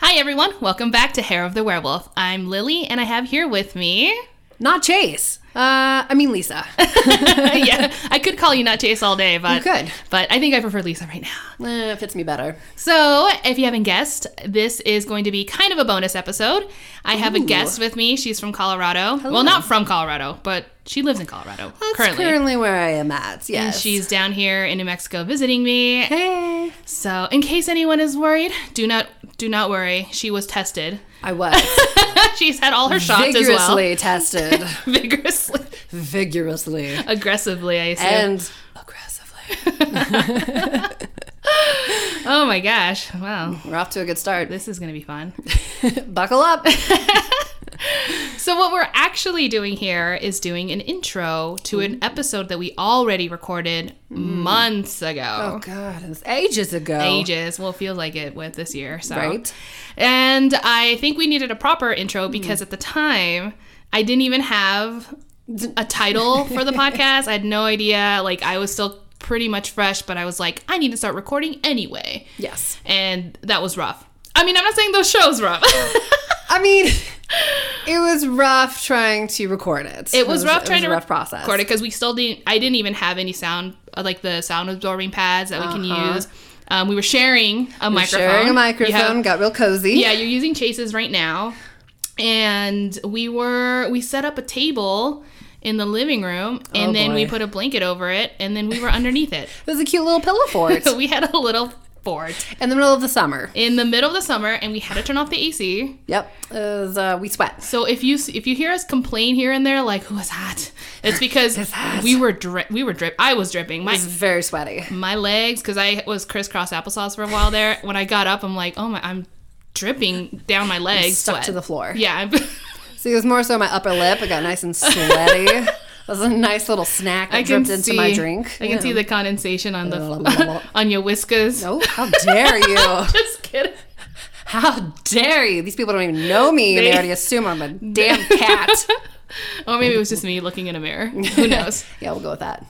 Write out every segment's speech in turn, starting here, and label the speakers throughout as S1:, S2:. S1: Hi, everyone. Welcome back to Hair of the Werewolf. I'm Lily, and I have here with me.
S2: Not Chase. Uh, I mean Lisa.
S1: yeah, I could call you Not Chase all day, but
S2: could.
S1: But I think I prefer Lisa right now.
S2: Eh, fits me better.
S1: So, if you haven't guessed, this is going to be kind of a bonus episode. I have a
S2: Ooh.
S1: guest with me. She's from Colorado. Well, not from Colorado, but she lives in Colorado
S2: That's
S1: currently.
S2: currently, where I am at. Yes.
S1: She's down here in New Mexico visiting me.
S2: Hey.
S1: So, in case anyone is worried, do not do not worry. She was tested.
S2: I was
S1: She's had all her shots as well.
S2: vigorously tested,
S1: Vigorously,
S2: vigorously
S1: aggressively, I assume.
S2: and aggressively.
S1: oh my gosh! Wow,
S2: We're off to a good start.
S1: this is gonna be fun.
S2: Buckle up.
S1: So, what we're actually doing here is doing an intro to
S2: Mm-hmm.
S1: an episode that we already recorded months ago.
S2: Mm. Oh God, it was ages ago.
S1: Ages. Well, it feels like it with this year. So.
S2: Right. Mm.
S1: And I think we needed a proper intro because at the time, I didn't even have a title for the podcast. I had no idea. Like, I was still pretty much fresh, but I was like, I need to start recording anyway.
S2: Yes.
S1: And that was rough. I mean, I'm not saying those shows rough.
S2: I mean, it was rough trying to record it.
S1: it was rough
S2: it
S1: trying
S2: was
S1: to
S2: a rough process.
S1: record it because we still didn't i didn't even have any sound uh, like the sound absorbing pads that we can
S2: Uh-huh.
S1: use um, we were sharing a microphone
S2: Sharing
S1: You
S2: a
S1: have-
S2: microphone got real cozy.
S1: yeah you're using chases right now and we were we set up a table in the living room and
S2: Oh,
S1: then we
S2: boy.
S1: put a blanket over it and then we were underneath it
S2: It was a cute little pillow fort
S1: so we had a little fort
S2: in the middle of the summer.
S1: in the middle of the summer and we had to turn off the ac
S2: Yep. It was, uh, we sweat.
S1: So if you if you hear us complain here and there, like who is hot, it's because
S2: It's hot.
S1: we were drip. We were drip. I was dripping. My
S2: It's very sweaty.
S1: my legs because I was crisscross applesauce for a while there. When I got up, I'm like, oh my, I'm dripping down my legs.
S2: Stuck
S1: sweat.
S2: to the floor.
S1: Yeah. I'm-
S2: See, it was more so my upper lip. It got nice and sweaty. it was a nice little snack that
S1: I can
S2: dripped into my
S1: see-
S2: drink.
S1: I can see the condensation on
S2: Blah, blah, blah.
S1: the on your whiskers.
S2: Oh, how dare you!
S1: Just kidding.
S2: How dare you! These people don't even know me. They,
S1: They-
S2: already assume I'm a damn cat.
S1: Or maybe it was just me looking in a mirror. Who knows?
S2: yeah, we'll go with that.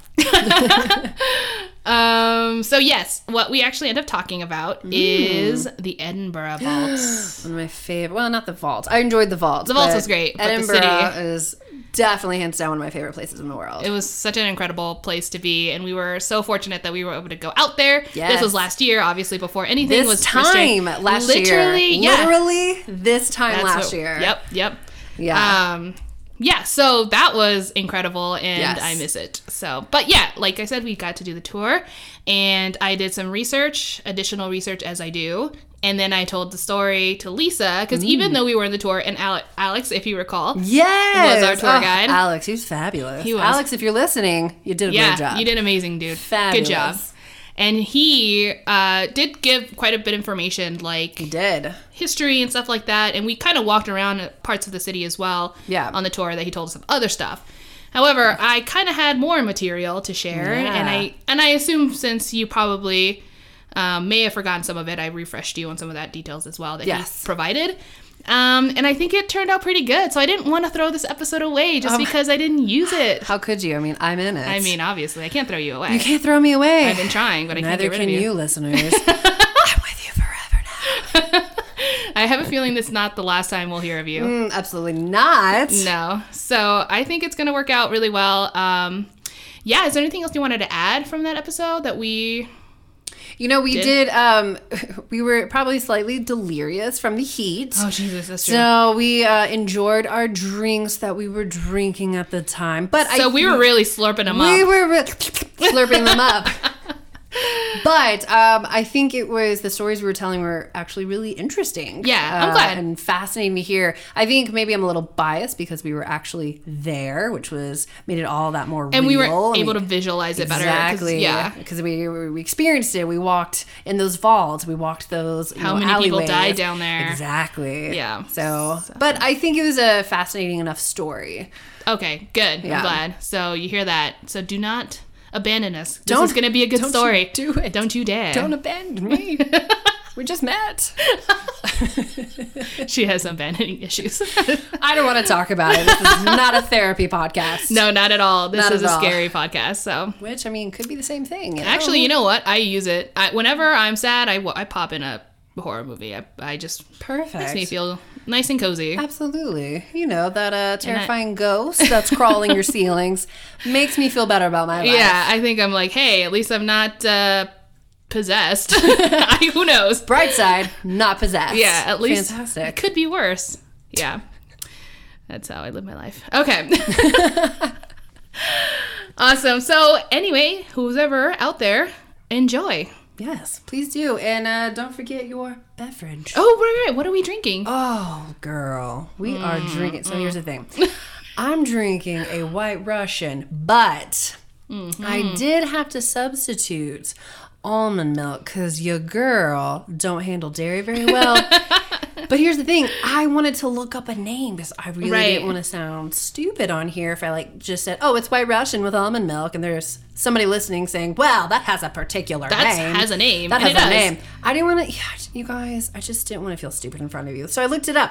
S1: Um, so yes, what we actually end up talking about
S2: Mm.
S1: is the Edinburgh Vaults.
S2: One of my favorite. Well, not the vault. I enjoyed the vault. The
S1: vault was great, but the
S2: Edinburgh
S1: city-
S2: is definitely hands down one of my favorite places in the world.
S1: It was such an incredible place to be, and we were so fortunate that we were able to go out there. This
S2: Yes.
S1: was last year, obviously, before anything
S2: this
S1: was
S2: time
S1: restricted.
S2: last
S1: literally,
S2: year,
S1: yeah,
S2: literally this time
S1: That's
S2: last
S1: what-
S2: year.
S1: Yep, yep,
S2: Yeah.
S1: um, yeah. So that was incredible, and
S2: Yes.
S1: I miss it. So, but yeah, like I said, we got to do the tour, and I did some research, additional research as I do. And then I told the story to Lisa because
S2: Mm.
S1: even though we were in the tour, and Ale- Alex, if you recall,
S2: Yes. Oh,
S1: Was our tour guide.
S2: Alex, he was fabulous.
S1: He was.
S2: Alex, if you're listening, you did a
S1: Yeah,
S2: great job.
S1: you did amazing, dude.
S2: Fabulous.
S1: Good job. And he uh, did give quite a bit of information, like
S2: You did.
S1: history and stuff like that. And we kind of walked around parts of the city as well
S2: Yeah.
S1: on the tour that he told us of other stuff. However, I kind of had more material to share,
S2: Yeah.
S1: and I and I assume since you probably um, may have forgotten some of it, I refreshed you on some of that details as well that
S2: Yes.
S1: he provided. Um, and I think it turned out pretty good. So I didn't want to throw this episode away
S2: Um,
S1: just because I didn't use it.
S2: How could you? I mean, I'm in it.
S1: I mean, obviously, I can't throw you away.
S2: you can't throw me away.
S1: I've been trying, but I can't
S2: Neither
S1: get rid
S2: can
S1: of you.
S2: you, listeners. I'm with you forever
S1: I have a feeling that's not the last time we'll hear of you.
S2: now. Mm, absolutely not.
S1: No. So I think it's going to work out really well. Um, yeah, is there anything else you wanted to add from that episode that we.
S2: You know, we did. um We were probably slightly delirious from the heat.
S1: Oh, Jesus, that's true. So,
S2: so we uh, enjoyed our drinks that we were drinking at the time, but I
S1: we were really slurping them
S2: We
S1: up.
S2: were re- slurping them up. But um, I think it was the stories we were telling were actually really interesting. Uh,
S1: Yeah, I'm glad.
S2: And fascinating to hear. I think maybe I'm a little biased because we were actually there, which was made it all that more
S1: And we were
S2: real. I
S1: able to
S2: mean,
S1: visualize it better. 'cause-
S2: Exactly.
S1: Yeah.
S2: Because we, we experienced it. We walked in those vaults. We walked those. you
S1: How
S2: know,
S1: many people
S2: alleyways.
S1: died down there.
S2: Exactly.
S1: Yeah.
S2: So, but I think it was a fascinating enough story.
S1: Okay, good.
S2: Yeah.
S1: I'm glad. So you hear that. So do not abandon us. This is
S2: Don't-
S1: going to be a good
S2: don't you
S1: story.
S2: do it.
S1: Don't you dare.
S2: abandon me. we just met.
S1: She has abandoning issues.
S2: I don't want to talk about it. This is not a therapy podcast.
S1: no, not at all. This
S2: Not
S1: is
S2: at
S1: a
S2: all.
S1: scary podcast. So.
S2: Which, I mean, could be the same thing.
S1: Actually, you know what? I use it. I, whenever I'm sad, I, wa- I pop in a horror movie. I, I just makes me
S2: Perfect.
S1: feel nice and cozy.
S2: Absolutely. You know, that uh, terrifying ghost that's crawling your ceilings makes me feel better about my life.
S1: Yeah, I think I'm like, hey, at least I'm not uh, possessed. I, who knows?
S2: Bright side, not possessed.
S1: Yeah, at least it
S2: Fantastic.
S1: could be worse. Yeah, that's how I live my life. Okay. awesome. So anyway, who's ever out there, enjoy.
S2: Yes, please do. And uh, don't forget your beverage.
S1: Oh, right, right. What are we drinking?
S2: Oh, girl, we are
S1: Mm,
S2: drinking. So here's the thing I'm drinking a white Russian, but
S1: Mm-hmm.
S2: I did have to substitute almond milk because your girl don't handle dairy very well. but here's the thing I wanted to look up a name because I really
S1: Right.
S2: didn't want to sound stupid on here if I like just said, oh, it's white Russian with almond milk. And there's somebody listening saying, well, that has a particular
S1: That
S2: name.
S1: has a name.
S2: That
S1: and
S2: has
S1: it
S2: a
S1: does.
S2: name. I didn't want to. Yeah, you guys, I just didn't want to feel stupid in front of you, so I looked it up,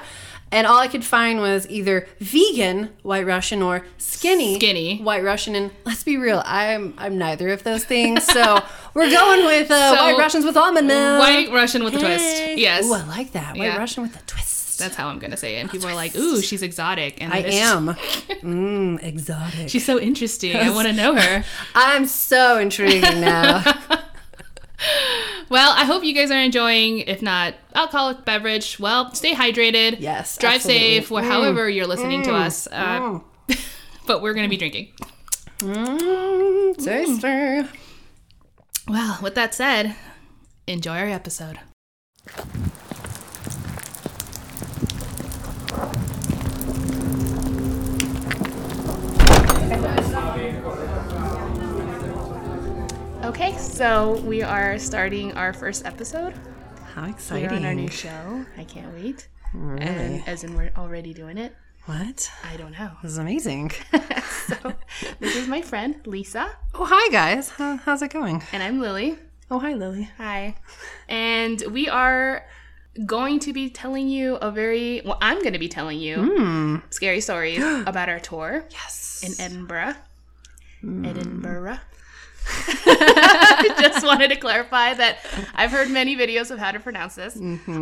S2: and all I could find was either vegan White Russian or skinny
S1: Skinny.
S2: White Russian. And let's be real, I'm I'm neither of those things. So we're going with uh,
S1: So,
S2: White Russians with almond milk.
S1: White Russian with a
S2: Hey.
S1: twist. Yes.
S2: Ooh, I like that. White
S1: Yeah.
S2: Russian with a twist.
S1: That's how I'm gonna say it. And people are like, "Ooh, she's exotic," and
S2: Oh I
S1: it's-
S2: am. mm, exotic.
S1: She's so interesting. I want to know her.
S2: I'm so intriguing now.
S1: Well, I hope you guys are enjoying. If not, alcoholic beverage. Well, stay hydrated.
S2: Yes,
S1: Drive
S2: absolutely. Mm.
S1: safe. Wh- However, you're listening to us. Uh, but we're gonna be drinking.
S2: mm, taster.
S1: Well, with that said, enjoy our episode. Okay, so we are starting our first episode.
S2: How
S1: We're on our new
S2: exciting!
S1: show. I can't wait. And as in, we're already doing it.
S2: What?
S1: I don't know.
S2: This is amazing.
S1: So, this is my friend Lisa,
S2: Oh, hi guys. How, how's it going?
S1: and I'm Lily.
S2: Oh, hi Lily.
S1: Hi. And we are going to be telling you a very, well, I'm going to be telling you scary stories about our tour
S2: Yes.
S1: in Edinburgh. Edinburgh. Just wanted to clarify that I've heard many videos of how to pronounce this.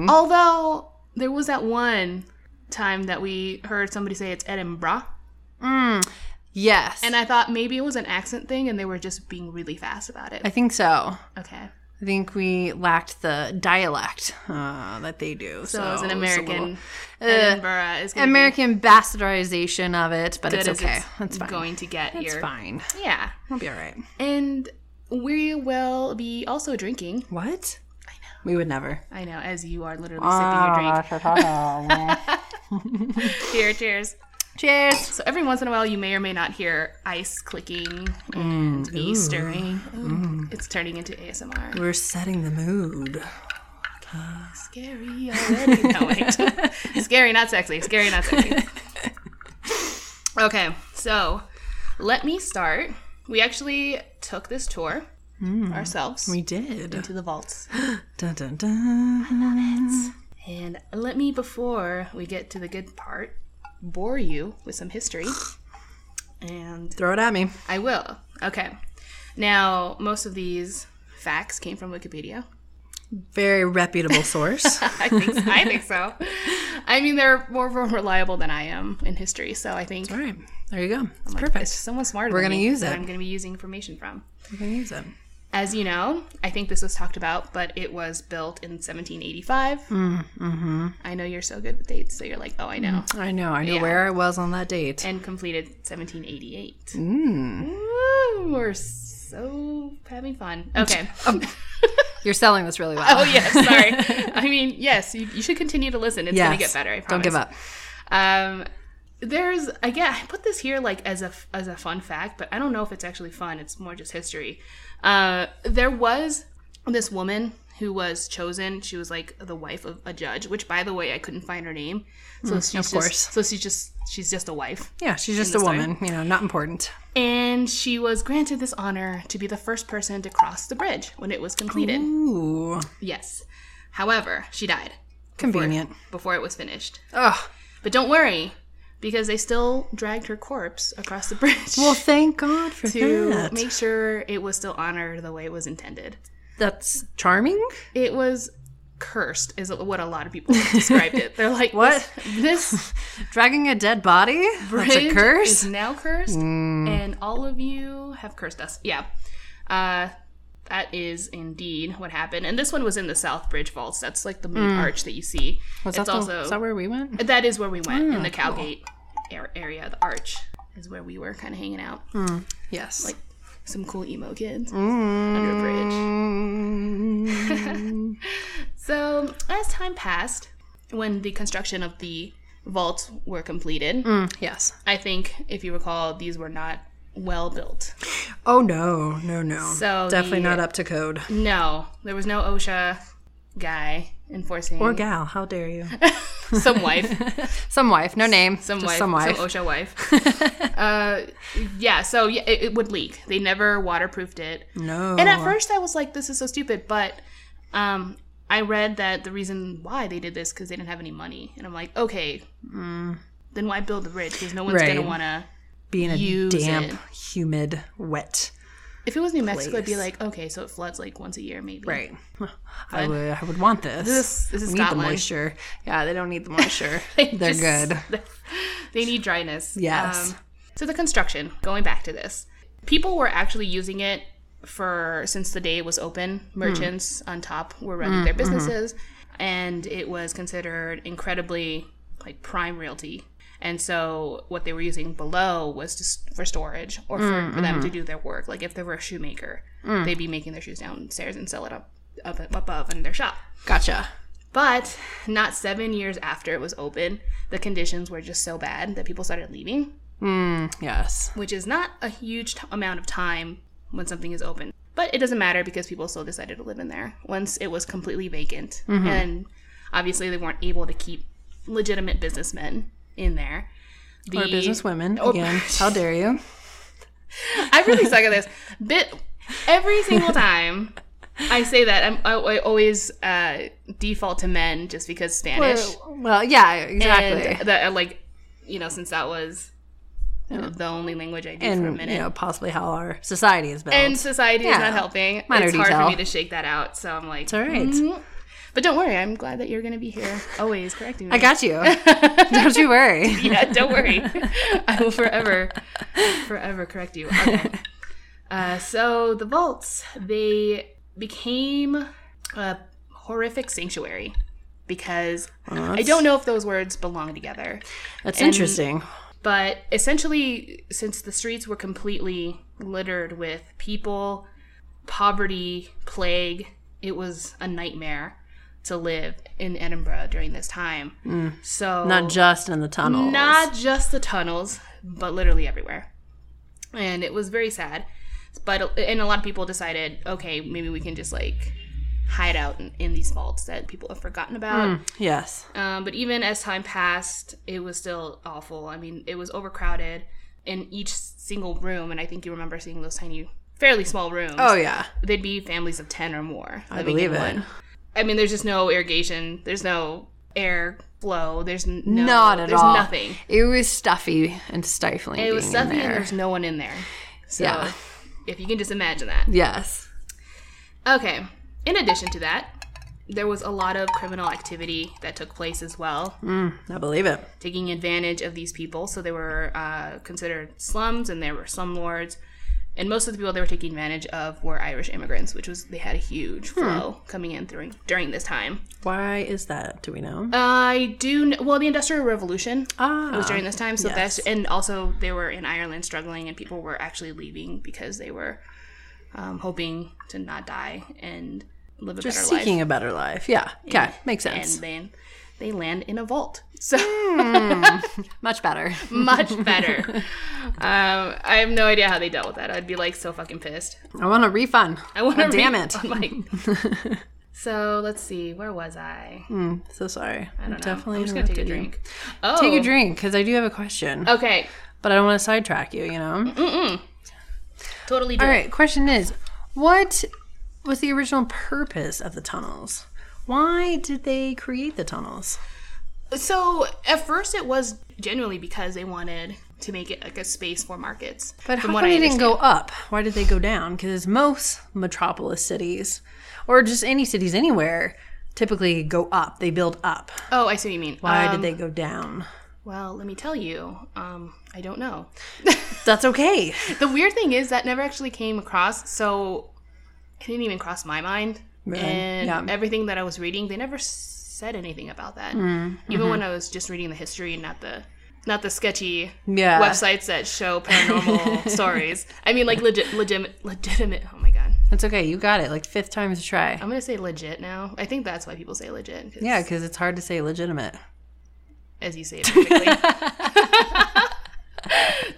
S1: Although there was that one time that we heard somebody say it's Edinburgh.
S2: Yes.
S1: And I thought maybe it was an accent thing and they were just being really fast about
S2: I
S1: it.
S2: think so.
S1: Okay.
S2: I think we lacked the dialect uh, that they do. Oh, So,
S1: So, it's an
S2: a little-
S1: American. Edinburgh is going to be
S2: American bastardization of it, but it's
S1: good as
S2: okay.
S1: it's
S2: That's fine.
S1: going to get
S2: It's
S1: here.
S2: fine.
S1: Yeah.
S2: We'll be all right.
S1: And we will be also drinking.
S2: What? I know. We would never.
S1: I know, as you are literally
S2: Ah,
S1: sipping your drink. Here, cheers.
S2: Cheers.
S1: So every once in a while, you may or may not hear ice clicking and
S2: Mm,
S1: me stirring. Ooh, It's turning into ASMR.
S2: We're setting the mood.
S1: Scary already. No, wait. Scary, not sexy. Scary, not sexy. Okay, so let me start. We actually took this tour ourselves
S2: Mm. We did.
S1: to the vaults
S2: Dun, dun, dun.
S1: And let me, before we get to the good part, bore you with some history. And
S2: Throw it at me.
S1: I will. Okay. Now, most of these facts came from Wikipedia.
S2: Very reputable source.
S1: I think, I think so. I mean, they're more reliable than I am in history, so I think
S2: all right. There you go. It's
S1: it's
S2: perfect.
S1: someone smarter
S2: We're
S1: than
S2: gonna
S1: me
S2: use
S1: that
S2: it.
S1: I'm going to be using information from.
S2: We can use it.
S1: As you know, I think this was talked about, but it was built in 1785. Mm-hmm.
S2: Mm,
S1: I know you're so good with dates, so you're like, oh, I know.
S2: I know. I knew
S1: Yeah.
S2: where I was on that date.
S1: and completed 1788.
S2: Mm.
S1: Ooh, we're so having fun. Okay. Oh,
S2: You're selling this really well.
S1: yes, sorry. I mean, yes, you, you should continue to listen. It's gonna get
S2: Yes.
S1: better. I promise.
S2: Don't give up.
S1: Um, there's again, I put this here like as a as a fun fact, but I don't know if it's actually fun. It's more just history. Uh, there was this woman who was chosen. She was like the wife of a judge, which, by the way, I couldn't find her name. So she's just,
S2: Hmm, course.
S1: so she's just she's just a wife.
S2: Yeah, she's just a
S1: the
S2: woman, you know, not important.
S1: and she was granted this honor to be the first person to cross the bridge when it was completed.
S2: Oh. Ooh,
S1: Yes. However, she died
S2: convenient.
S1: before it was finished.
S2: Oh,
S1: But don't worry, because they still dragged her corpse across the bridge
S2: well, thank God for
S1: to
S2: that.
S1: make sure it was still honored the way it was intended.
S2: That's charming.
S1: It was cursed is what a lot of people have described it. They're like,
S2: What?
S1: This, this
S2: Dragging a dead body? That's a
S1: bridge
S2: curse?
S1: is
S2: Mm.
S1: now cursed, and all of you have cursed us. Yeah. Uh, that is indeed what happened. And this one was in the South Bridge Vaults. That's like the main arch that you see.
S2: Mm. Was
S1: it's
S2: that the- Ah,
S1: also
S2: is that where we went?
S1: that is where we went in the Calgate ar- area. The arch is where we were kind of hanging out.
S2: Mm. Yes. Like,
S1: Some cool emo kids
S2: Mm.
S1: under a bridge. So, as time passed, when the construction of the vaults were completed,
S2: yes.
S1: I think, if you recall, these were not well built.
S2: Oh no, no, no.
S1: So
S2: Definitely
S1: the-
S2: not up to code.
S1: No, there was no OSHA guy enforcing
S2: Or Oh, gal, how dare you?
S1: some wife,
S2: Some wife, no name.
S1: some
S2: just
S1: wife,
S2: Some wife. oh,
S1: some OSHA wife. uh, yeah, so yeah, it, it would leak. They never waterproofed it.
S2: no.
S1: And at first, I was like, "This is so stupid," but um, I read that the reason why they did this because they didn't have any money, and I'm like, "Okay, then why build the bridge? Because no one's gonna
S2: Mm. Right.
S1: want to."
S2: Being a
S1: use
S2: damp,
S1: it.
S2: humid, wet.
S1: If it was New Mexico, I'd be like, "Okay, so it floods like once a year, maybe."
S2: Right. I would, I would want this.
S1: This- this is
S2: We need the
S1: Scotland.
S2: moisture. Yeah, they don't need the moisture.
S1: They
S2: They're
S1: just-
S2: good.
S1: They need dryness. Um,
S2: Yes.
S1: so the construction, going back to this, people were actually using it for since the day it was open. Merchants
S2: Hmm.
S1: on top were running their businesses, and it was considered incredibly like prime realty. And so what they were using below was just for storage or for,
S2: Hmm,
S1: for them to do their work. Like if they were a shoemaker, they'd be making their shoes downstairs and sell it up up above in their shop.
S2: Gotcha.
S1: But not seven years after it was open, the conditions were just so bad that people started leaving,
S2: Hmm, Yes.
S1: which is not a huge t- amount of time when something is open. But it doesn't matter because people still decided to live in there once it was completely vacant.
S2: Mm-hmm.
S1: And obviously, they weren't able to keep legitimate businessmen in there. The, Oh.
S2: Or businesswomen. Again, how dare you?
S1: I really suck at this. Bit every single time I say that, I'm, I, I always uh, default to men just because Spanish.
S2: Well, yeah, exactly.
S1: And that, uh, like, you know, since that was the only language I did
S2: and
S1: for a minute.
S2: you know possibly how our society is built.
S1: and society is
S2: Yeah.
S1: not helping.
S2: Minor
S1: it's hard
S2: detail.
S1: for me to shake that out. So I'm like, mm-hmm.
S2: it's all right.
S1: but don't worry. I'm glad that you're going to be here always correcting me.
S2: I got you. Don't you worry.
S1: yeah, don't worry. I will forever, forever correct you. Okay. Uh, so the vaults, they became a horrific sanctuary because I don't know if those words belong together.
S2: That's interesting.
S1: But essentially, since the streets were completely littered with people, poverty, plague, it was a nightmare to live in Edinburgh during this time. So
S2: Mm. Not just in the tunnels.
S1: not just the tunnels, but literally everywhere. And it was very sad. But and a lot of people decided, okay, maybe we can just like hide out in, in these vaults that people have forgotten about.
S2: Mm. yes.
S1: Um, but even as time passed, it was still awful. I mean, it was overcrowded in each single room, and I think you remember seeing those tiny, fairly small rooms.
S2: Oh yeah.
S1: They'd be families of 10 or more.
S2: I believe it.
S1: I mean, there's just no irrigation, there's no air flow, there's n- no,
S2: Not at
S1: there's
S2: all.
S1: nothing.
S2: It was stuffy and stifling.
S1: It was
S2: being
S1: stuffy,
S2: in
S1: and
S2: there.
S1: there's no one in there. So,
S2: Yeah.
S1: if you can just imagine that.
S2: Yes.
S1: Okay. In addition to that, there was a lot of criminal activity that took place as well.
S2: I believe it.
S1: taking advantage of these people. So they were uh, considered slums, and there were slumlords. And most of the people they were taking advantage of were Irish immigrants, which was they had a huge
S2: Hmm.
S1: flow coming in during during this time.
S2: Why is that? Do we know?
S1: I do kn- well the Industrial Revolution
S2: ah.
S1: was during this time, so
S2: yes.
S1: that's and also they were in Ireland struggling, and people were actually leaving because they were um, hoping to not die and live a
S2: just
S1: better life.
S2: seeking a better life. Yeah. Yeah. Makes
S1: And
S2: sense.
S1: then they land in a vault. So.
S2: Much better.
S1: much better. um, I have no idea how they dealt with that. I'd be like so fucking pissed.
S2: I want a refund.
S1: I want to.
S2: Oh, damn it.
S1: I'm like. so let's see. Where was I? I
S2: So sorry. I
S1: don't know.
S2: Definitely
S1: I'm just gonna take a
S2: interrupted you.
S1: drink. Oh,
S2: Take a drink because I do have a question,
S1: Okay,
S2: but I don't want to sidetrack you. You know.
S1: totally.
S2: All
S1: Drink.
S2: right, question is what was the original purpose of the tunnels? Why did they create the tunnels?
S1: So at first it was genuinely because they wanted to make it like a space for markets.
S2: But
S1: From
S2: how
S1: what
S2: come
S1: I
S2: they didn't go up? Why did they go down? Because most metropolis cities, or just any cities anywhere, typically go up. They build up.
S1: Oh, I see what you mean.
S2: Why
S1: Um,
S2: did they go down?
S1: Well, let me tell you. Um, I don't know.
S2: That's okay.
S1: the weird thing is that never actually came across, so it didn't even cross my mind.
S2: Really?
S1: And
S2: Yeah.
S1: everything that I was reading, they never s- said anything about that.
S2: Mm, mm-hmm.
S1: Even when I was just reading the history and not the not the sketchy
S2: Yeah.
S1: websites that show paranormal stories. I mean, like legit, legitimate, legitimate. Oh my god,
S2: That's okay. You got it. Like fifth time is a try.
S1: I'm gonna say legit now. I think that's why people say legit. 'cause
S2: Um, Yeah, because it's hard to say legitimate.
S1: as you say it perfectly.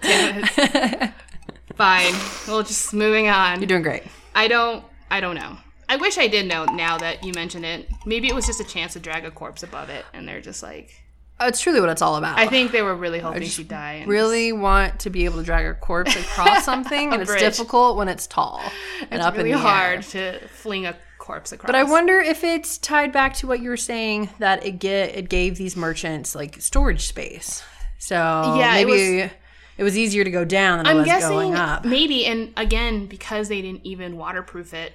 S1: Damn it. Fine. Well, just moving on.
S2: You're doing great.
S1: I don't. I don't know. I wish I did know. Now that you mention it, maybe it was just a chance to drag a corpse above it, and they're just like.
S2: Oh, it's truly what it's all about.
S1: I think they were really hoping she'd die. And
S2: really want to be able to drag a corpse across something, and it's
S1: bridge.
S2: difficult when it's tall and
S1: It's
S2: up
S1: really
S2: in the
S1: hard
S2: air.
S1: to fling a corpse across.
S2: But I wonder if it's tied back to what you were saying that it get it gave these merchants like storage space. So
S1: Yeah, it
S2: maybe it was, easier to go down than it
S1: I'm
S2: was
S1: guessing
S2: going up.
S1: maybe, and again, because they didn't even waterproof it,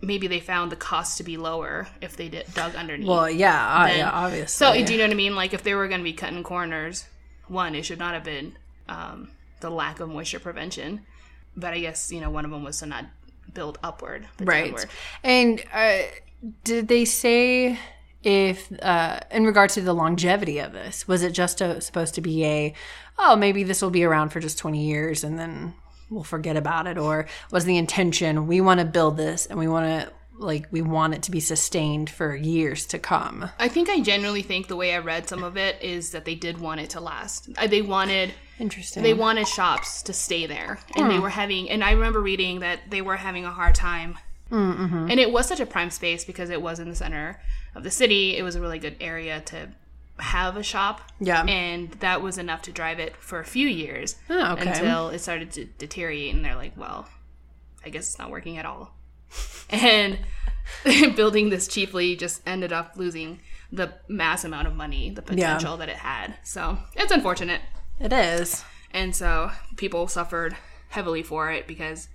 S1: maybe they found the cost to be lower if they did, dug underneath.
S2: Well, yeah, uh,
S1: then-
S2: yeah, obviously.
S1: So do you know what I mean? Like if they were going to be cutting corners, one it should not have been um, the lack of moisture prevention. But I guess you know one of them was to not build upward, but
S2: right
S1: downward.
S2: and uh, did they say if uh, in regard to the longevity of this was it just a, supposed to be a oh maybe this will be around for just 20 years and then we'll forget about it or was the intention we want to build this and we want to like we want it to be sustained for years to come
S1: I think I generally think the way I read some of it is that they did want it to last. Uh, They wanted
S2: interesting
S1: they wanted shops to stay there, and
S2: Mm.
S1: they were having. And I remember reading that they were having a hard time.
S2: Mm,
S1: Mm-hmm. And it was such a prime space because it was in the center of the city. It was a really good area to have a shop.
S2: yeah
S1: and that was enough to drive it for a few years
S2: Oh, okay.
S1: until it started to deteriorate and they're like well i guess it's not working at all and building this cheaply just ended up losing the mass amount of money the potential that it had so it's unfortunate
S2: it is
S1: and so people suffered heavily for it because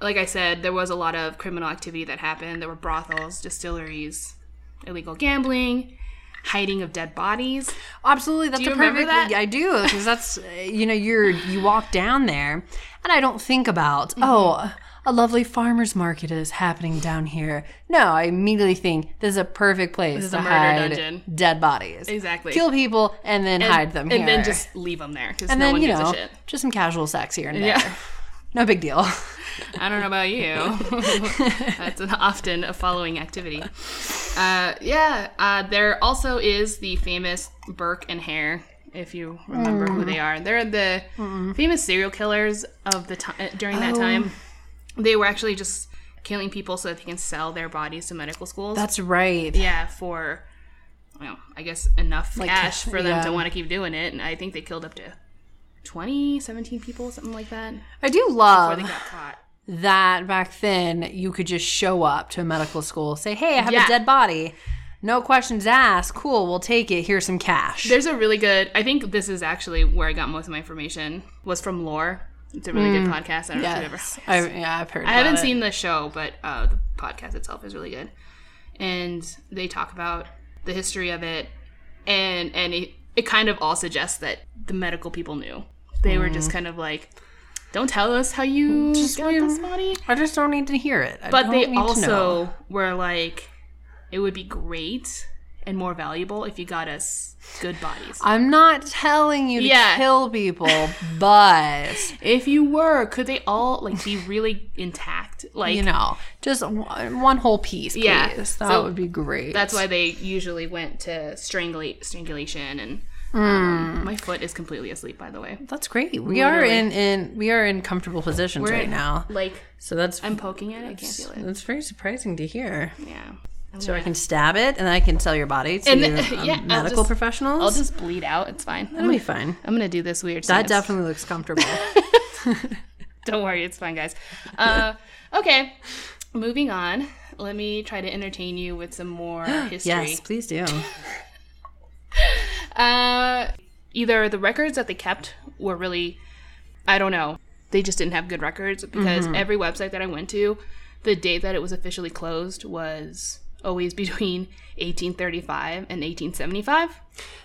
S1: like i said there was a lot of criminal activity that happened there were brothels distilleries illegal gambling hiding of dead bodies
S2: Absolutely, that's
S1: you
S2: a
S1: remember
S2: perfect.
S1: that?
S2: I do because that's uh, you know you're you walk down there, and I don't think about
S1: Mm-hmm.
S2: oh a lovely farmers market is happening down here. No, I immediately think this is a perfect place
S1: is
S2: to
S1: a murder
S2: hide
S1: dungeon.
S2: dead bodies,
S1: Exactly.
S2: kill people and then hide them,
S1: and then
S2: here.
S1: just leave them there because
S2: and
S1: no
S2: then
S1: one
S2: you
S1: gives
S2: know
S1: a shit.
S2: just some casual sex here and there.
S1: Yeah,
S2: No big deal.
S1: I don't know about you. That's an, often a following activity. Uh, yeah, uh, there also is the famous Burke and Hare. If you remember who they are, they're the famous serial killers of the time during that time. They were actually just killing people so that they can sell their bodies to medical schools.
S2: That's right.
S1: yeah, for well, I guess enough cash for them to
S2: yeah.
S1: want to keep doing it. And I think they killed up to 20, 17 people, something like that,
S2: I do
S1: before
S2: love
S1: they got caught.
S2: that back then you could just show up to a medical school, say, "Hey, I have
S1: Yeah.
S2: a dead body." No questions asked. Cool, we'll take it. Here's some cash.
S1: There's a really good. I think this is actually where I got most of my information was from Lore. It's a really good podcast. I don't know if you've ever.
S2: Hmm. yes. I, yeah, I've heard.
S1: I haven't seen the show, but uh, the podcast itself is really good, and they talk about the history of it, and and it, it kind of all suggests that the medical people knew. They were just
S2: Hmm.
S1: kind of like, "Don't tell us how you got
S2: we-
S1: this body."
S2: I just don't need to hear it. I
S1: But
S2: don't
S1: they
S2: need to know.
S1: also were like, "It would be great and more valuable if you got us good bodies."
S2: I'm not telling you to
S1: Yeah.
S2: kill people, but
S1: If you were, could they all like be really intact? Like
S2: you know, just one one whole piece, please.
S1: Yeah.
S2: That
S1: So
S2: would be great.
S1: that's why they usually went to strangulate strangulation and um, my foot is completely asleep by the way.
S2: that's great. We are in in we are in comfortable positions right
S1: in-
S2: now.
S1: Like
S2: So that's
S1: I'm poking at it, I can't feel it.
S2: that's very surprising to hear.
S1: Yeah. I'm
S2: So I
S1: gonna-
S2: can stab it, and I can sell your body to
S1: And-
S2: um,
S1: yeah, I'll
S2: medical
S1: just-
S2: professionals.
S1: I'll just bleed out, it's fine. I'm
S2: That'll
S1: gonna,
S2: be fine.
S1: I'm gonna do this weird
S2: That
S1: dance.
S2: definitely looks comfortable.
S1: Don't worry, it's fine guys. Uh, okay. Moving on. Let me try to entertain you with some more history.
S2: yes, please do.
S1: Uh, either the records that they kept were really, I don't know, they just didn't have good
S2: Mm-hmm.
S1: records because every website that I went to, the date that it was officially closed was always between 1835 and 1875.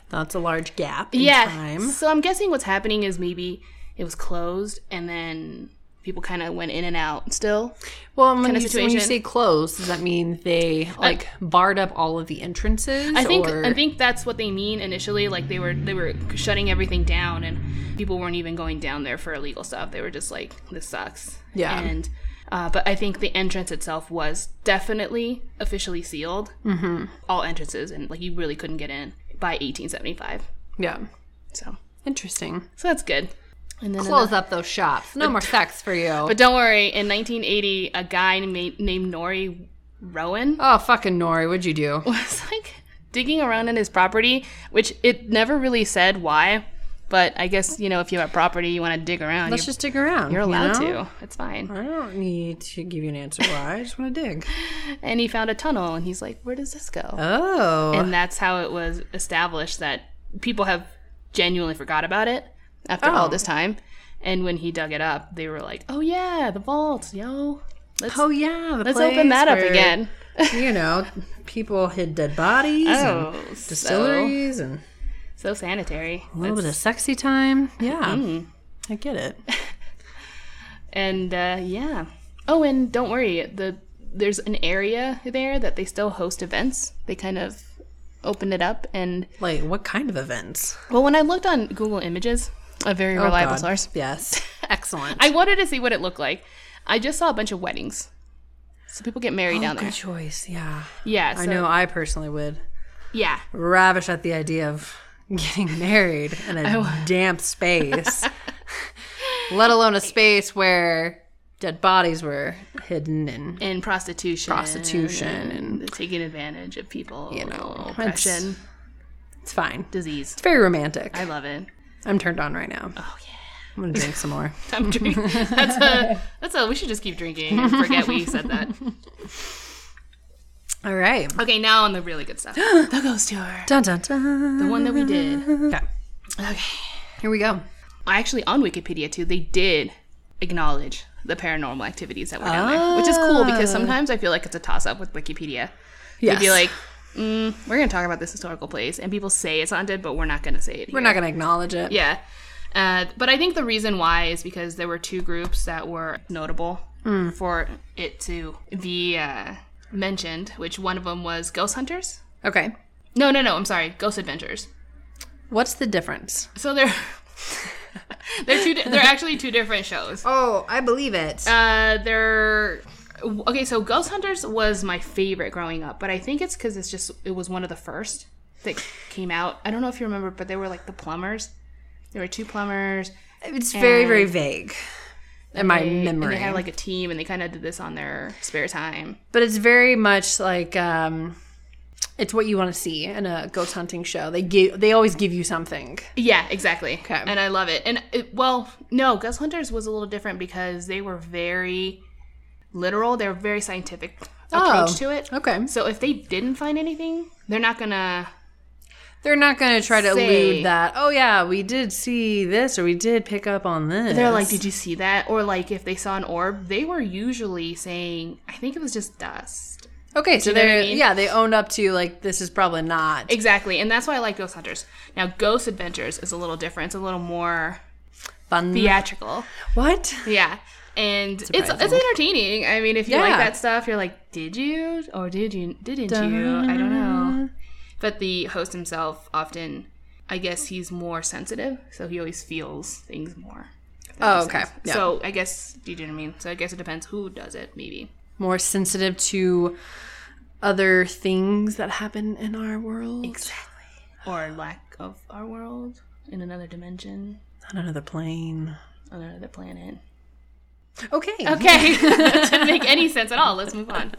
S2: That's a large gap in
S1: Yeah.
S2: time.
S1: So I'm guessing what's happening is maybe it was closed and then people kind of went in and out still.
S2: Well, and when,
S1: of
S2: you, when
S1: situation.
S2: you
S1: Uh,
S2: say closed, does that mean they like barred up all of the entrances?
S1: I think
S2: or-
S1: I think that's what they mean initially. Like they were they were shutting everything down, and people weren't even going down there for illegal stuff. They were just like, "This sucks."
S2: Yeah.
S1: And uh, but I think the entrance itself was definitely officially sealed. Mm-hmm. All entrances, and like you really couldn't get in by 1875.
S2: yeah,
S1: So
S2: interesting.
S1: so that's good. And then
S2: Close up those shops. No more sex for you.
S1: But don't worry, in 1980, a guy named, named Nori Rowan
S2: oh, fucking Nori, what'd you do?
S1: was like digging around in his property, which it never really said why. But I guess, you know, if you have property, you want to dig around.
S2: Let's
S1: you're,
S2: just dig around.
S1: you're
S2: you
S1: allowed
S2: know?
S1: to. It's fine.
S2: I don't need to give you an answer why. I just want to dig.
S1: And he found a tunnel and he's like, where does this go?
S2: Oh.
S1: and that's how it was established that people have genuinely forgot about it after
S2: Oh.
S1: all this time. And when he dug it up, they were like, oh, yeah, the vault, yo. Let's,
S2: oh, yeah. The
S1: let's open
S2: place
S1: that up
S2: where,
S1: again.
S2: you know, people hid dead bodies and
S1: Oh, so,
S2: distilleries and
S1: so sanitary.
S2: a little bit of sexy time. Yeah. I get it.
S1: And uh, yeah. Oh, and don't worry. The there's an area there that they still host events. They kind of opened it up, and
S2: Like, what kind of events?
S1: well, when I looked on Google Images, a very reliable
S2: Oh, God.
S1: source,
S2: Yes. Excellent.
S1: I wanted to see what it looked like. I just saw a bunch of weddings, so people get married down there.
S2: Good choice. Yeah.
S1: Yeah, so,
S2: Oh, I know I personally would
S1: Yeah,
S2: ravish at the idea of getting married in a damp space, let alone a space where dead bodies were hidden and
S1: and prostitution,
S2: prostitution and
S1: and taking advantage of people, you
S2: know,
S1: know,
S2: it's-
S1: oppression,
S2: it's fine. It's
S1: disease.
S2: very romantic.
S1: I love it.
S2: I'm turned on right now.
S1: Oh yeah.
S2: I'm gonna drink some more.
S1: I'm drinking. That's a. That's a. We should just keep drinking and forget we said that.
S2: All right.
S1: Okay, now on the really good stuff. the ghost tour.
S2: Dun dun dun.
S1: The one that we did.
S2: Okay.
S1: Okay.
S2: Here we go.
S1: Actually, on Wikipedia too, they did acknowledge the paranormal activities that were down there, which is cool because sometimes I feel like it's a toss up with Wikipedia.
S2: Yes.
S1: They'd be like, mm, we're going to talk about this historical place, and people say it's haunted, but we're not going to say it.
S2: we're not gonna acknowledge it.
S1: Yeah. Uh, but I think the reason why is because there were two groups that were notable for it to be uh, mentioned, which one of them was ghost hunters.
S2: Okay.
S1: No, no, no. I'm sorry, ghost adventures.
S2: What's the difference?
S1: So they're they're two. di- They're actually two different shows.
S2: Oh, I believe it.
S1: Uh, they're okay. So Ghost Hunters was my favorite growing up, but I think it's because it's just it was one of the first that came out. I don't know if you remember, but they were like the plumbers. There were two plumbers.
S2: it's very, very
S1: and-
S2: vague in my
S1: They-
S2: memory.
S1: And they had like a team, and they kind of did this on their spare time.
S2: but it's very much like um it's what you want to see in a ghost hunting show. They give they always give you something.
S1: Yeah, exactly.
S2: Okay.
S1: And I love it. And it, well, no, Ghost Hunters was a little different because they were very literal. They were very scientific approach
S2: Oh,
S1: to it.
S2: Okay.
S1: So if they didn't find anything, they're not gonna.
S2: They're not going to try to
S1: Say-
S2: elude that. Oh yeah, we did see this or we did pick up on this.
S1: They're like, did you see that? Or like, if they saw an orb, they were usually saying, I think it was just dust.
S2: Okay, so
S1: know what I
S2: they're
S1: mean?
S2: yeah, they owned up to like this is probably not.
S1: Exactly, and that's why I like Ghost Hunters. Now, Ghost Adventures is a little different. It's a little more
S2: fun.
S1: theatrical.
S2: What?
S1: Yeah. And it's it's
S2: Surprising.
S1: entertaining. I mean, if you like
S2: Yeah.
S1: that stuff, you're like, did you or did you didn't you? I don't know. But the host himself often, I guess he's more sensitive, so he always feels things more. if that
S2: Oh,
S1: makes
S2: okay.
S1: sense.
S2: Yeah.
S1: So I guess do you know what I mean? So I guess it depends who does it, maybe.
S2: More sensitive to other things that happen in our world.
S1: Exactly. Or lack of our world in another dimension,
S2: On another plane.
S1: on another planet.
S2: Okay.
S1: Okay, that didn't make any sense at all. Let's move on.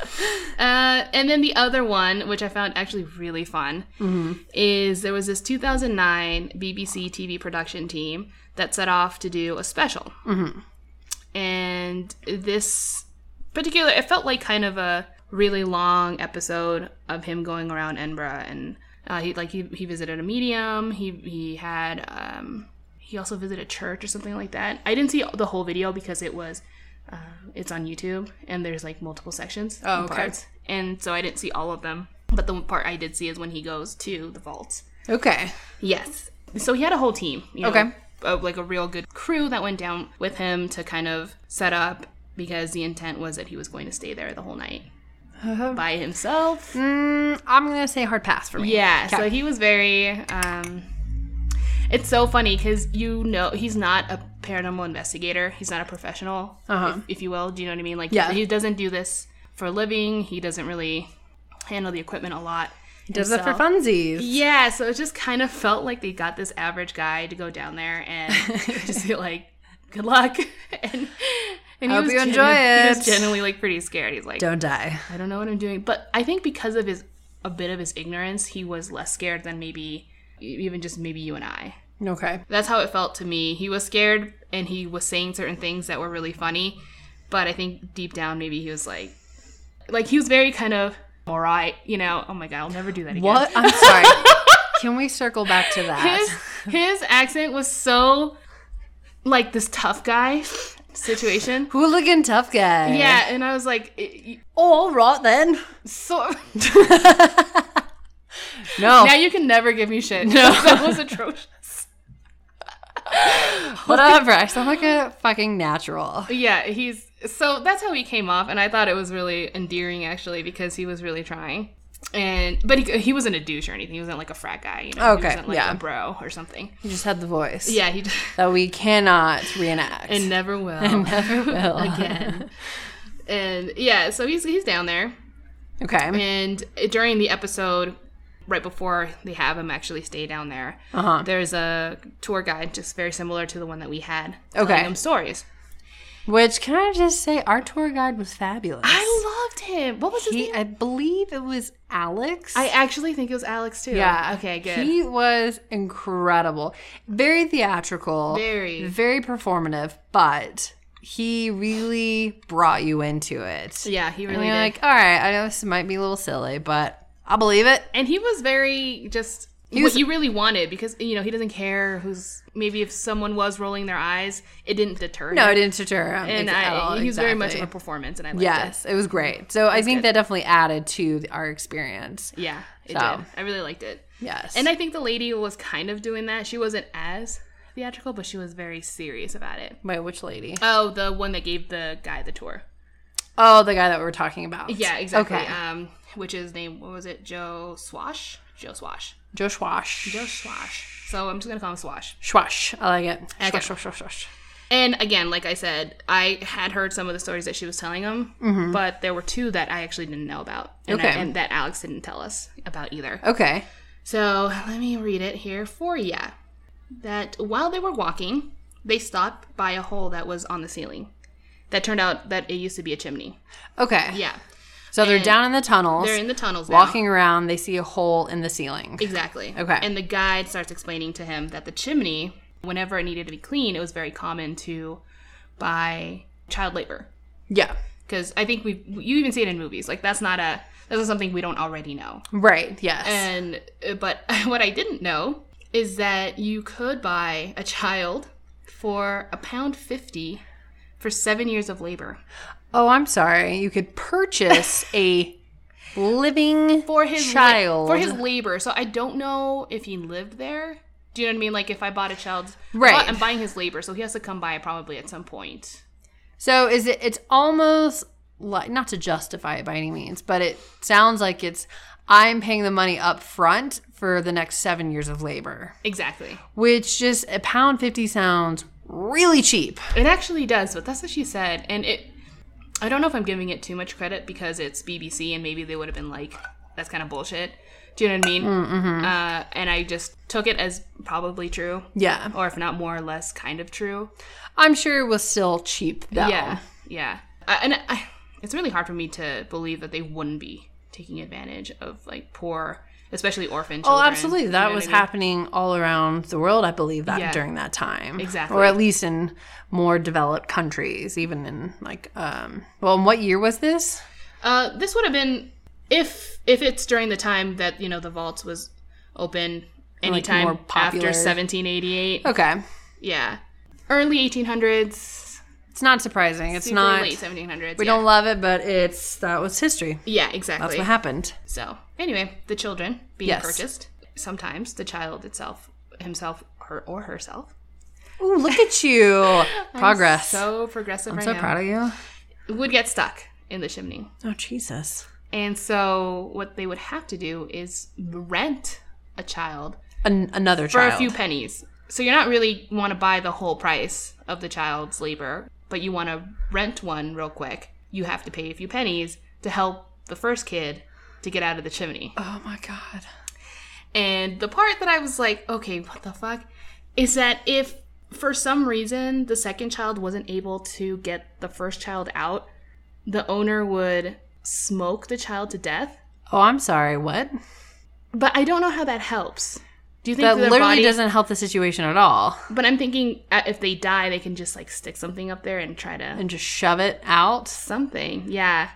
S1: Uh, and then the other one, which I found actually really fun,
S2: Mm-hmm.
S1: is there was this 2009 BBC TV production team that set off to do a special.
S2: Mm-hmm.
S1: And this particular, it felt like kind of a really long episode of him going around Edinburgh and. Uh, he like he, he visited a medium. He he had um, he also visited a church or something like that. I didn't see the whole video because it was Um, it's on YouTube, and there's like multiple sections.
S2: Oh,
S1: and
S2: okay.
S1: Parts. And so I didn't see all of them, but the part I did see is when he goes to the vault.
S2: Okay.
S1: Yes. So he had a whole team. You know,
S2: Okay.
S1: Of like a real good crew that went down with him to kind of set up because the intent was that he was going to stay there the whole night by himself.
S2: Uh-huh. Mm, I'm gonna say hard pass for me.
S1: Yeah. So he was very. Um, it's so funny because you know he's not a paranormal investigator. He's not a professional,
S2: Uh-huh.
S1: if, if you will. Do you know what I mean? Like,
S2: Yeah.
S1: he doesn't do this for a living. He doesn't really handle the equipment a lot.
S2: Does it for
S1: himself.
S2: funsies.
S1: Yeah, so it just kind of felt like they got this average guy to go down there and just be like, "Good luck," and and he
S2: Hope
S1: was
S2: you
S1: genu-
S2: enjoy
S1: He was
S2: it.
S1: genuinely like pretty scared. He's like,
S2: Don't die.
S1: "I don't know what I'm doing," but I think because of his a bit of his ignorance, he was less scared than maybe e, even just maybe you and I.
S2: Okay.
S1: That's how it felt to me. He was scared and he was saying certain things that were really funny, but I think deep down maybe he was like, like he was very kind of. All right, you know. Oh my god, I'll never do that again.
S2: What? I'm sorry. Can we circle back to that?
S1: his his accent was so like this tough guy situation.
S2: Hooligan tough guy.
S1: Yeah, and I was like, i-
S2: All right then.
S1: i- so
S2: No.
S1: now you can never give me shit. No, that was atrocious.
S2: Whatever. I sound like a fucking natural.
S1: Yeah, he's so that's how he came off, and I thought it was really endearing actually because he was really trying. And but he, he wasn't a douche or anything. He wasn't like a frat guy, you know.
S2: Okay,
S1: he wasn't like
S2: yeah.
S1: a bro or something.
S2: You just had the voice.
S1: Yeah, he d-
S2: That we cannot reenact.
S1: and never will.
S2: never will.
S1: again. and yeah, so he's he's down there.
S2: Okay.
S1: And during the episode, right before they have him actually stay down there,
S2: Uh-huh.
S1: there's a tour guide just very similar to the one that we had.
S2: Okay.
S1: Telling him stories.
S2: Which can I just say our tour guide was fabulous.
S1: I loved him. What was his
S2: he
S1: name?
S2: I believe it was Alex.
S1: I actually think it was Alex too. Okay, good.
S2: He was incredible. Very theatrical.
S1: Very.
S2: Very performative, but he really brought you into it.
S1: yeah, he
S2: And
S1: really
S2: you're
S1: did.
S2: like, all right, I know this might be a little silly, but I believe it.
S1: and he was very just
S2: was-
S1: what you really wanted because you know he doesn't care who's maybe if someone was rolling their eyes, it didn't deter
S2: No,
S1: him.
S2: it didn't deter him.
S1: And
S2: ex- at all,
S1: I, he was very much of a
S2: exactly.
S1: performance, and I liked it.
S2: Yes, it was great. So I think that definitely added to the- our experience.
S1: Yeah, it
S2: So.
S1: did. I really liked it.
S2: Yes.
S1: And I think the lady was kind of doing that. She wasn't as theatrical, but she was very serious about it.
S2: Wait, which lady?
S1: Oh, the one that gave the guy the tour.
S2: Oh, the guy that we were talking about.
S1: Yeah, exactly.
S2: Okay.
S1: Um, which is name? What was it? Joe Swash. Joe Swash.
S2: Joe Schwash.
S1: Joe Swash. So I'm just gonna call him Swash.
S2: Schwash. I like it.
S1: I like
S2: Schwash, schwash, schwash, schwash.
S1: And again, like I said, I had heard some of the stories that she was telling him, but there were two that I actually didn't know about, and, I-
S2: Okay.
S1: and that Alex didn't tell us about either.
S2: Okay.
S1: So let me read it here for you. That while they were walking, they stopped by a hole that was on the ceiling. That turned out that it used to be a chimney.
S2: Okay.
S1: Yeah,
S2: So they're
S1: And
S2: down in the tunnels,
S1: they're in the tunnels now.
S2: walking around. They see a hole in the ceiling.
S1: Exactly.
S2: Okay.
S1: And the guide starts explaining to him that the chimney, whenever it needed to be clean, it was very common to buy child labor.
S2: Yeah.
S1: Because I think we you even see it in movies. Like that's not a that's not something we don't already know.
S2: Right. Yes.
S1: And uh, but what I didn't know is that you could buy a child for a pound fifty for seven years of labor
S2: oh, I'm sorry. You could purchase a living
S1: for his la-
S2: child
S1: for his labor. So I don't know if he lived there. Do you know what I mean? Like if I bought a child,
S2: Right.
S1: I'm buying his labor, so he has to come by probably at some point.
S2: So is it? It's almost like not to justify it by any means, but it sounds like it's I'm paying the money up front for the next seven years of labor,
S1: Exactly.
S2: which just a pound fifty sounds really cheap.
S1: It actually does, but that's what she said, and it. I don't know if I'm giving it too much credit because it's BBC, and maybe they would have been like, "That's kind of bullshit." Do you know what I mean?
S2: Mm,
S1: Uh, and I just took it as probably true,
S2: mm-hmm. Yeah,
S1: or if not more or less, kind of true.
S2: I'm sure it was still cheap though.
S1: Yeah, yeah. I, and I, it's really hard for me to believe that they wouldn't be taking advantage of like poor, especially orphan
S2: Oh,
S1: children.
S2: absolutely.
S1: You
S2: That
S1: know what
S2: was
S1: I mean?
S2: happening all around the world, I believe, that
S1: Yeah.
S2: during that time.
S1: Exactly.
S2: Or at least in more developed countries, even in like um well, in what year was this?
S1: Uh, this would have been if if it's during the time that you know the vault was open anytime
S2: more popular.
S1: after 1788.
S2: Okay.
S1: Yeah, early 1800s,
S2: It's not surprising. It's
S1: Super
S2: not.
S1: late 1700s.
S2: We
S1: yeah.
S2: don't love it, but it's that was history.
S1: Yeah, exactly.
S2: That's what happened.
S1: So anyway, the children being
S2: Yes.
S1: purchased. Sometimes the child itself, himself, her or herself.
S2: Ooh, look at you! Progress.
S1: So progressive. right
S2: so
S1: now.
S2: proud of you.
S1: Would get stuck in the chimney,
S2: Oh Jesus!
S1: and so what they would have to do is rent a child
S2: An- another
S1: for
S2: child.
S1: a few pennies. So you're not really want to buy the whole price of the child's labor, but you want to rent one real quick. You have to pay a few pennies to help the first kid to get out of the chimney.
S2: oh my God!
S1: And the part that I was like, okay, what the fuck, is that if for some reason the second child wasn't able to get the first child out, the owner would smoke the child to death.
S2: Oh, I'm sorry. What?
S1: But I don't know how that helps. Do you think
S2: That
S1: their
S2: literally
S1: body-
S2: doesn't help the situation at all.
S1: But I'm thinking uh, if they die, they can just like stick something up there and try to
S2: And just shove it out.
S1: something. Yeah.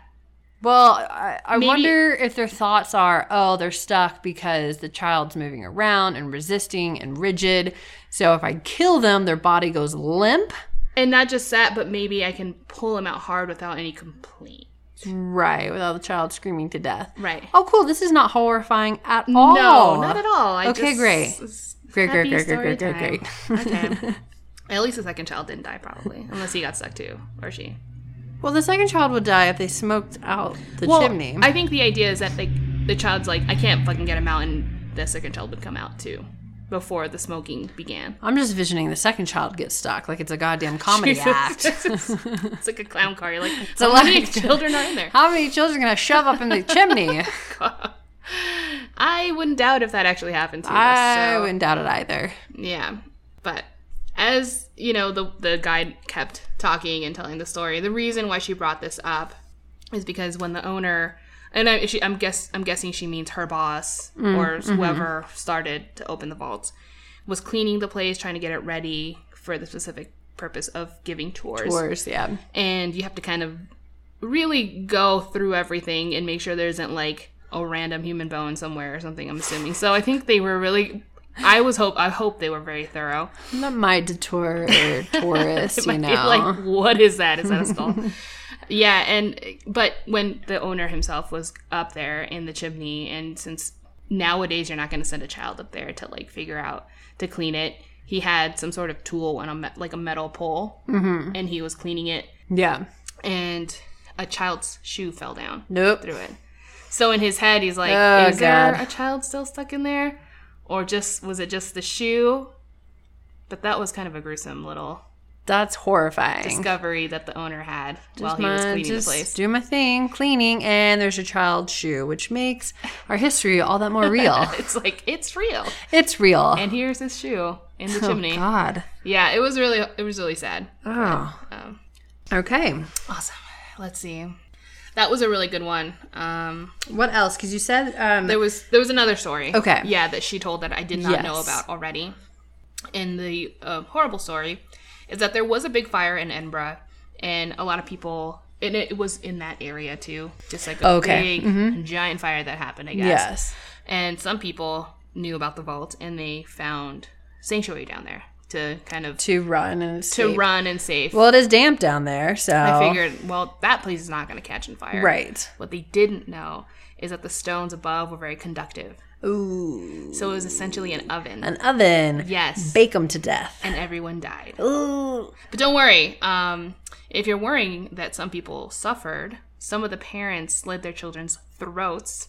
S2: Well, I, I
S1: Maybe-
S2: wonder if their thoughts are, oh, they're stuck because the child's moving around and resisting and rigid. So if I kill them, their body goes limp.
S1: And not just that, but maybe I can pull them out hard without any complaint.
S2: Right, without the child screaming to death.
S1: Right.
S2: Oh, cool. This is not horrifying at all.
S1: No, not at all. I
S2: Oh. Okay,
S1: just-
S2: great.
S1: it's
S2: Great, great,
S1: happy
S2: great, great,
S1: story
S2: great, great,
S1: time. Okay. At least the second child didn't die, probably, unless he got stuck too, or she.
S2: Well, the second child would die if they smoked out the
S1: Well,
S2: chimney.
S1: I think the idea is that like the child's like, I can't fucking get him out, and the second child would come out too, before the smoking began.
S2: I'm just visioning the second child gets stuck like it's a goddamn comedy act.
S1: it's like a clown car. You're like,
S2: a
S1: how many
S2: lot of-
S1: children are in there?
S2: How many children are going to shove up in the chimney?
S1: I wouldn't doubt if that actually happened to us.
S2: I
S1: so-
S2: wouldn't doubt it either.
S1: Yeah. But as, you know, the the guide kept talking and telling the story, the reason why she brought this up is because when the owner and I, she, I'm guess I'm guessing she means her boss or whoever started to open the vaults was cleaning the place, trying to get it ready for the specific purpose of giving tours
S2: Worse, yeah.
S1: and you have to kind of really go through everything and make sure there isn't like a random human bone somewhere or something i'm assuming so i think they were really i was hope i hope they were very thorough
S2: That might detour or tourist, you know.
S1: You're like what is that is that a skull yeah and but when the owner himself was up there in the chimney and since nowadays you're not going to send a child up there to like figure out to clean it he had some sort of tool and a me- like a metal pole and he was cleaning it
S2: yeah.
S1: and a child's shoe fell down
S2: Nope.
S1: through it. So in his head, he's like,
S2: Oh,
S1: "Is there
S2: God.
S1: a child still stuck in there, or just was it just the shoe?" But that was kind of a gruesome little
S2: That's horrifying.
S1: discovery that the owner had while he was
S2: My-
S1: cleaning
S2: just
S1: the place.
S2: do my thing, cleaning, and there's a child's shoe, which makes our history all that more real.
S1: It's like it's real,
S2: it's real.
S1: and here's his shoe in the
S2: oh,
S1: chimney.
S2: God.
S1: Yeah, it was really it was really sad.
S2: Oh.
S1: Um,
S2: Okay.
S1: awesome. Let's see. That was a really good one. Um,
S2: What else? Because you said um,
S1: There was there was another story.
S2: Okay.
S1: Yeah, that she told that I did not know
S2: Yes.
S1: about already. And the uh, horrible story is that there was a big fire in Edinburgh, and a lot of people, and it was in that area too, just like a
S2: Okay. Mm-hmm.
S1: big giant fire that happened. I guess.
S2: yes.
S1: And some people knew about the vault, and they found sanctuary down there to kind of
S2: To run and
S1: to
S2: escape.
S1: run and save.
S2: Well, it is damp down there, so
S1: I figured, well, that place is not going to catch on fire.
S2: right.
S1: What they didn't know is that the stones above were very conductive.
S2: Ooh,
S1: So it was essentially an oven.
S2: an oven.
S1: yes.
S2: Bake them to death.
S1: and everyone died.
S2: Ooh.
S1: But don't worry. Um, if you're worrying that some people suffered, some of the parents slit their children's throats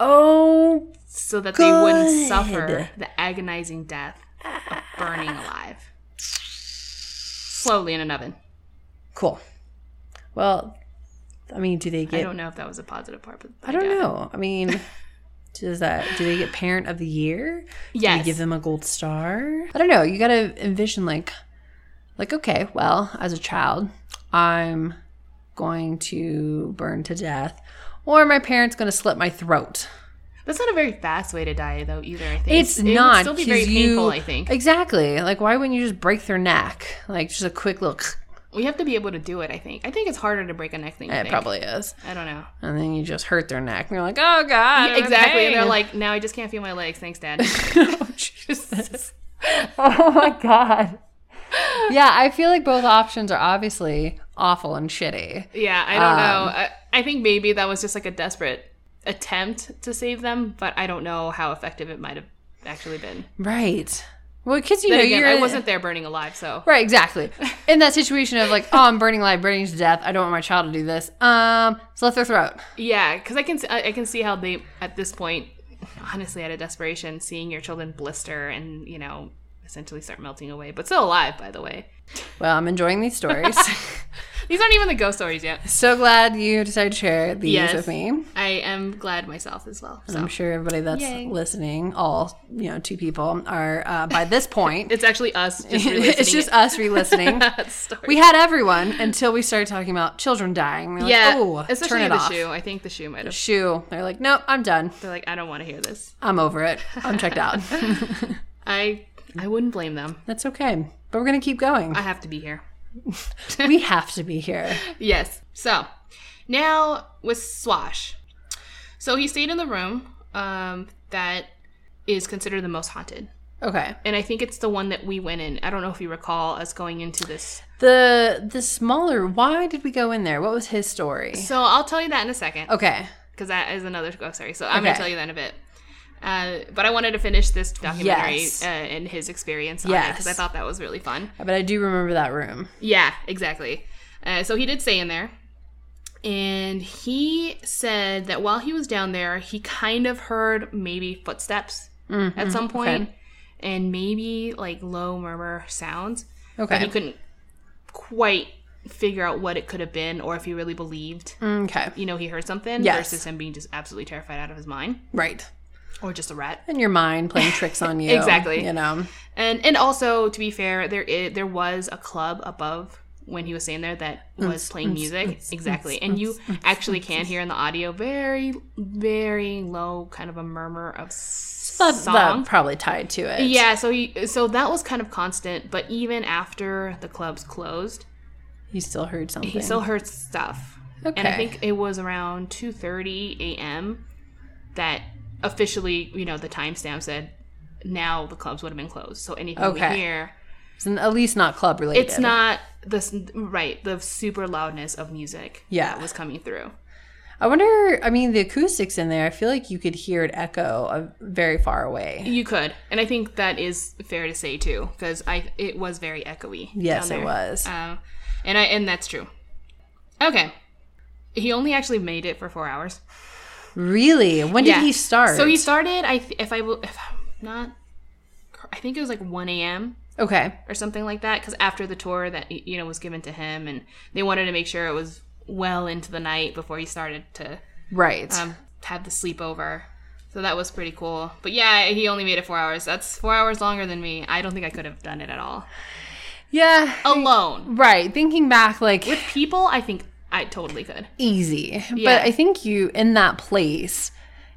S2: Oh,
S1: so that they wouldn't
S2: Good.
S1: suffer the agonizing death of burning alive. Slowly in an oven.
S2: cool. Well, I mean, do they
S1: I
S2: get
S1: don't know if that was a positive part, but
S2: I don't
S1: doubt it.
S2: know. I mean, does that do they get parent of the year? Do we
S1: Yes.
S2: give them a gold star? I don't know. You got to envision like like okay, well, as a child, I'm going to burn to death or my parents going to slit my throat.
S1: That's not a very fast way to die, though, either, I think.
S2: It's
S1: it
S2: not
S1: would still be very
S2: 'cause you-
S1: painful, I think.
S2: Exactly. Like why wouldn't you just break their neck? Like just a quick little
S1: We have to be able to do it, I think. I think it's harder to break a neck than you
S2: it
S1: think.
S2: Eh, probably is.
S1: I don't know.
S2: And then you just hurt their neck. And you're like, "Oh god." I'm in
S1: exactly. And they're
S2: pain."
S1: like, now I just can't feel my legs. Thanks, Dad.
S2: oh, Jesus. oh my Oh, god. yeah, I feel like both options are obviously awful and shitty.
S1: Yeah, I
S2: Um,
S1: don't know. I, I think maybe that was just like a desperate attempt to save them, but I don't know how effective it might have actually been.
S2: Right. Well, kids, you
S1: But
S2: know,
S1: again,
S2: you're
S1: I wasn't there burning alive, so
S2: right. Exactly. In that situation of like, oh, I'm burning alive, burning to death. I don't want my child to do this. Um, slit their throat.
S1: yeah, because I can s- I I can see how they at this point, honestly, out of desperation, seeing your children blister and you know essentially start melting away, but still alive. By the way,
S2: Well, I'm enjoying these stories.
S1: these aren't even the ghost stories yet.
S2: so glad you decided to share these
S1: Yes.
S2: with me.
S1: I am glad myself as well. So
S2: I'm sure everybody that's
S1: Yay.
S2: listening, all you know, two people are uh, by this point.
S1: it's actually us. Just
S2: it's just us re-listening.
S1: story.
S2: we had everyone until we started talking about children dying. We're like,
S1: yeah,
S2: oh,
S1: especially
S2: turn it
S1: the
S2: off.
S1: shoe. I think the shoe might have.
S2: Shoe. They're like, nope, I'm done.
S1: They're like, I don't want to hear this.
S2: I'm over it. I'm checked out.
S1: I I wouldn't blame them.
S2: That's okay. But we're gonna keep going.
S1: I have to be here.
S2: we have to be here.
S1: Yes. So now with Swash. So he stayed in the room um, that is considered the most haunted.
S2: Okay.
S1: And I think it's the one that we went in. I don't know if you recall us going into this.
S2: The the smaller. Why did we go in there? What was his story?
S1: So I'll tell you that in a second
S2: Okay.
S1: because that is another ghost story. So I'm going
S2: Okay.
S1: to tell you that in a bit. Uh, but I wanted to finish this documentary
S2: Yes.
S1: uh, and his experience on because I
S2: Yes.
S1: thought that was really fun.
S2: But I do remember that room.
S1: Yeah, exactly. Uh, so he did stay in there. And he said that while he was down there, he kind of heard maybe footsteps
S2: Mm-hmm.
S1: at some point and maybe like low murmur sounds. But he
S2: Okay.
S1: couldn't quite figure out what it could have been or if he really believed,
S2: Mm, Okay.
S1: you know, he heard something
S2: Yes.
S1: versus him being just absolutely terrified out of his mind
S2: Right.
S1: or just a rat.
S2: And your mind playing tricks on you.
S1: Exactly.
S2: You know.
S1: And and also to be fair, there i there was a club above when he was staying there that was playing music exactly, and you actually can hear in the audio very very low kind of a murmur of
S2: But
S1: song.
S2: that probably tied to it.
S1: Yeah, so he so that was kind of constant, but even after the clubs closed,
S2: You still heard something.
S1: he still heard stuff. And
S2: Okay.
S1: I think it was around 2:30 a.m. that officially, you know, the timestamp said now the clubs would have been closed. So anything
S2: Okay.
S1: we hear
S2: It's n- at least not club related.
S1: it's not the right the super loudness of music
S2: Yeah.
S1: that was coming through
S2: I wonder. I mean, the acoustics in there. I feel like you could hear it echo uh, very far away.
S1: you could and i think that is fair to say too because i it was very echoey
S2: Yes,
S1: down
S2: it
S1: there.
S2: was.
S1: um, and i and that's true okay he only actually made it for four hours
S2: really? When did he start?
S1: so he started i th- if i will if i'm not cor- i think it was like 1 a.m
S2: okay.
S1: or something like that because after the tour that y- you know was given to him and they wanted to make sure it was well into the night before he started to
S2: Right.
S1: um, had the sleepover. So that was pretty cool. But yeah, he only made it four hours. That's four hours longer than me. I don't think I could have done it at all.
S2: yeah.
S1: Alone.
S2: Right. Thinking back, like
S1: With people, I think I totally could.
S2: easy.
S1: Yeah.
S2: But I think you in that place,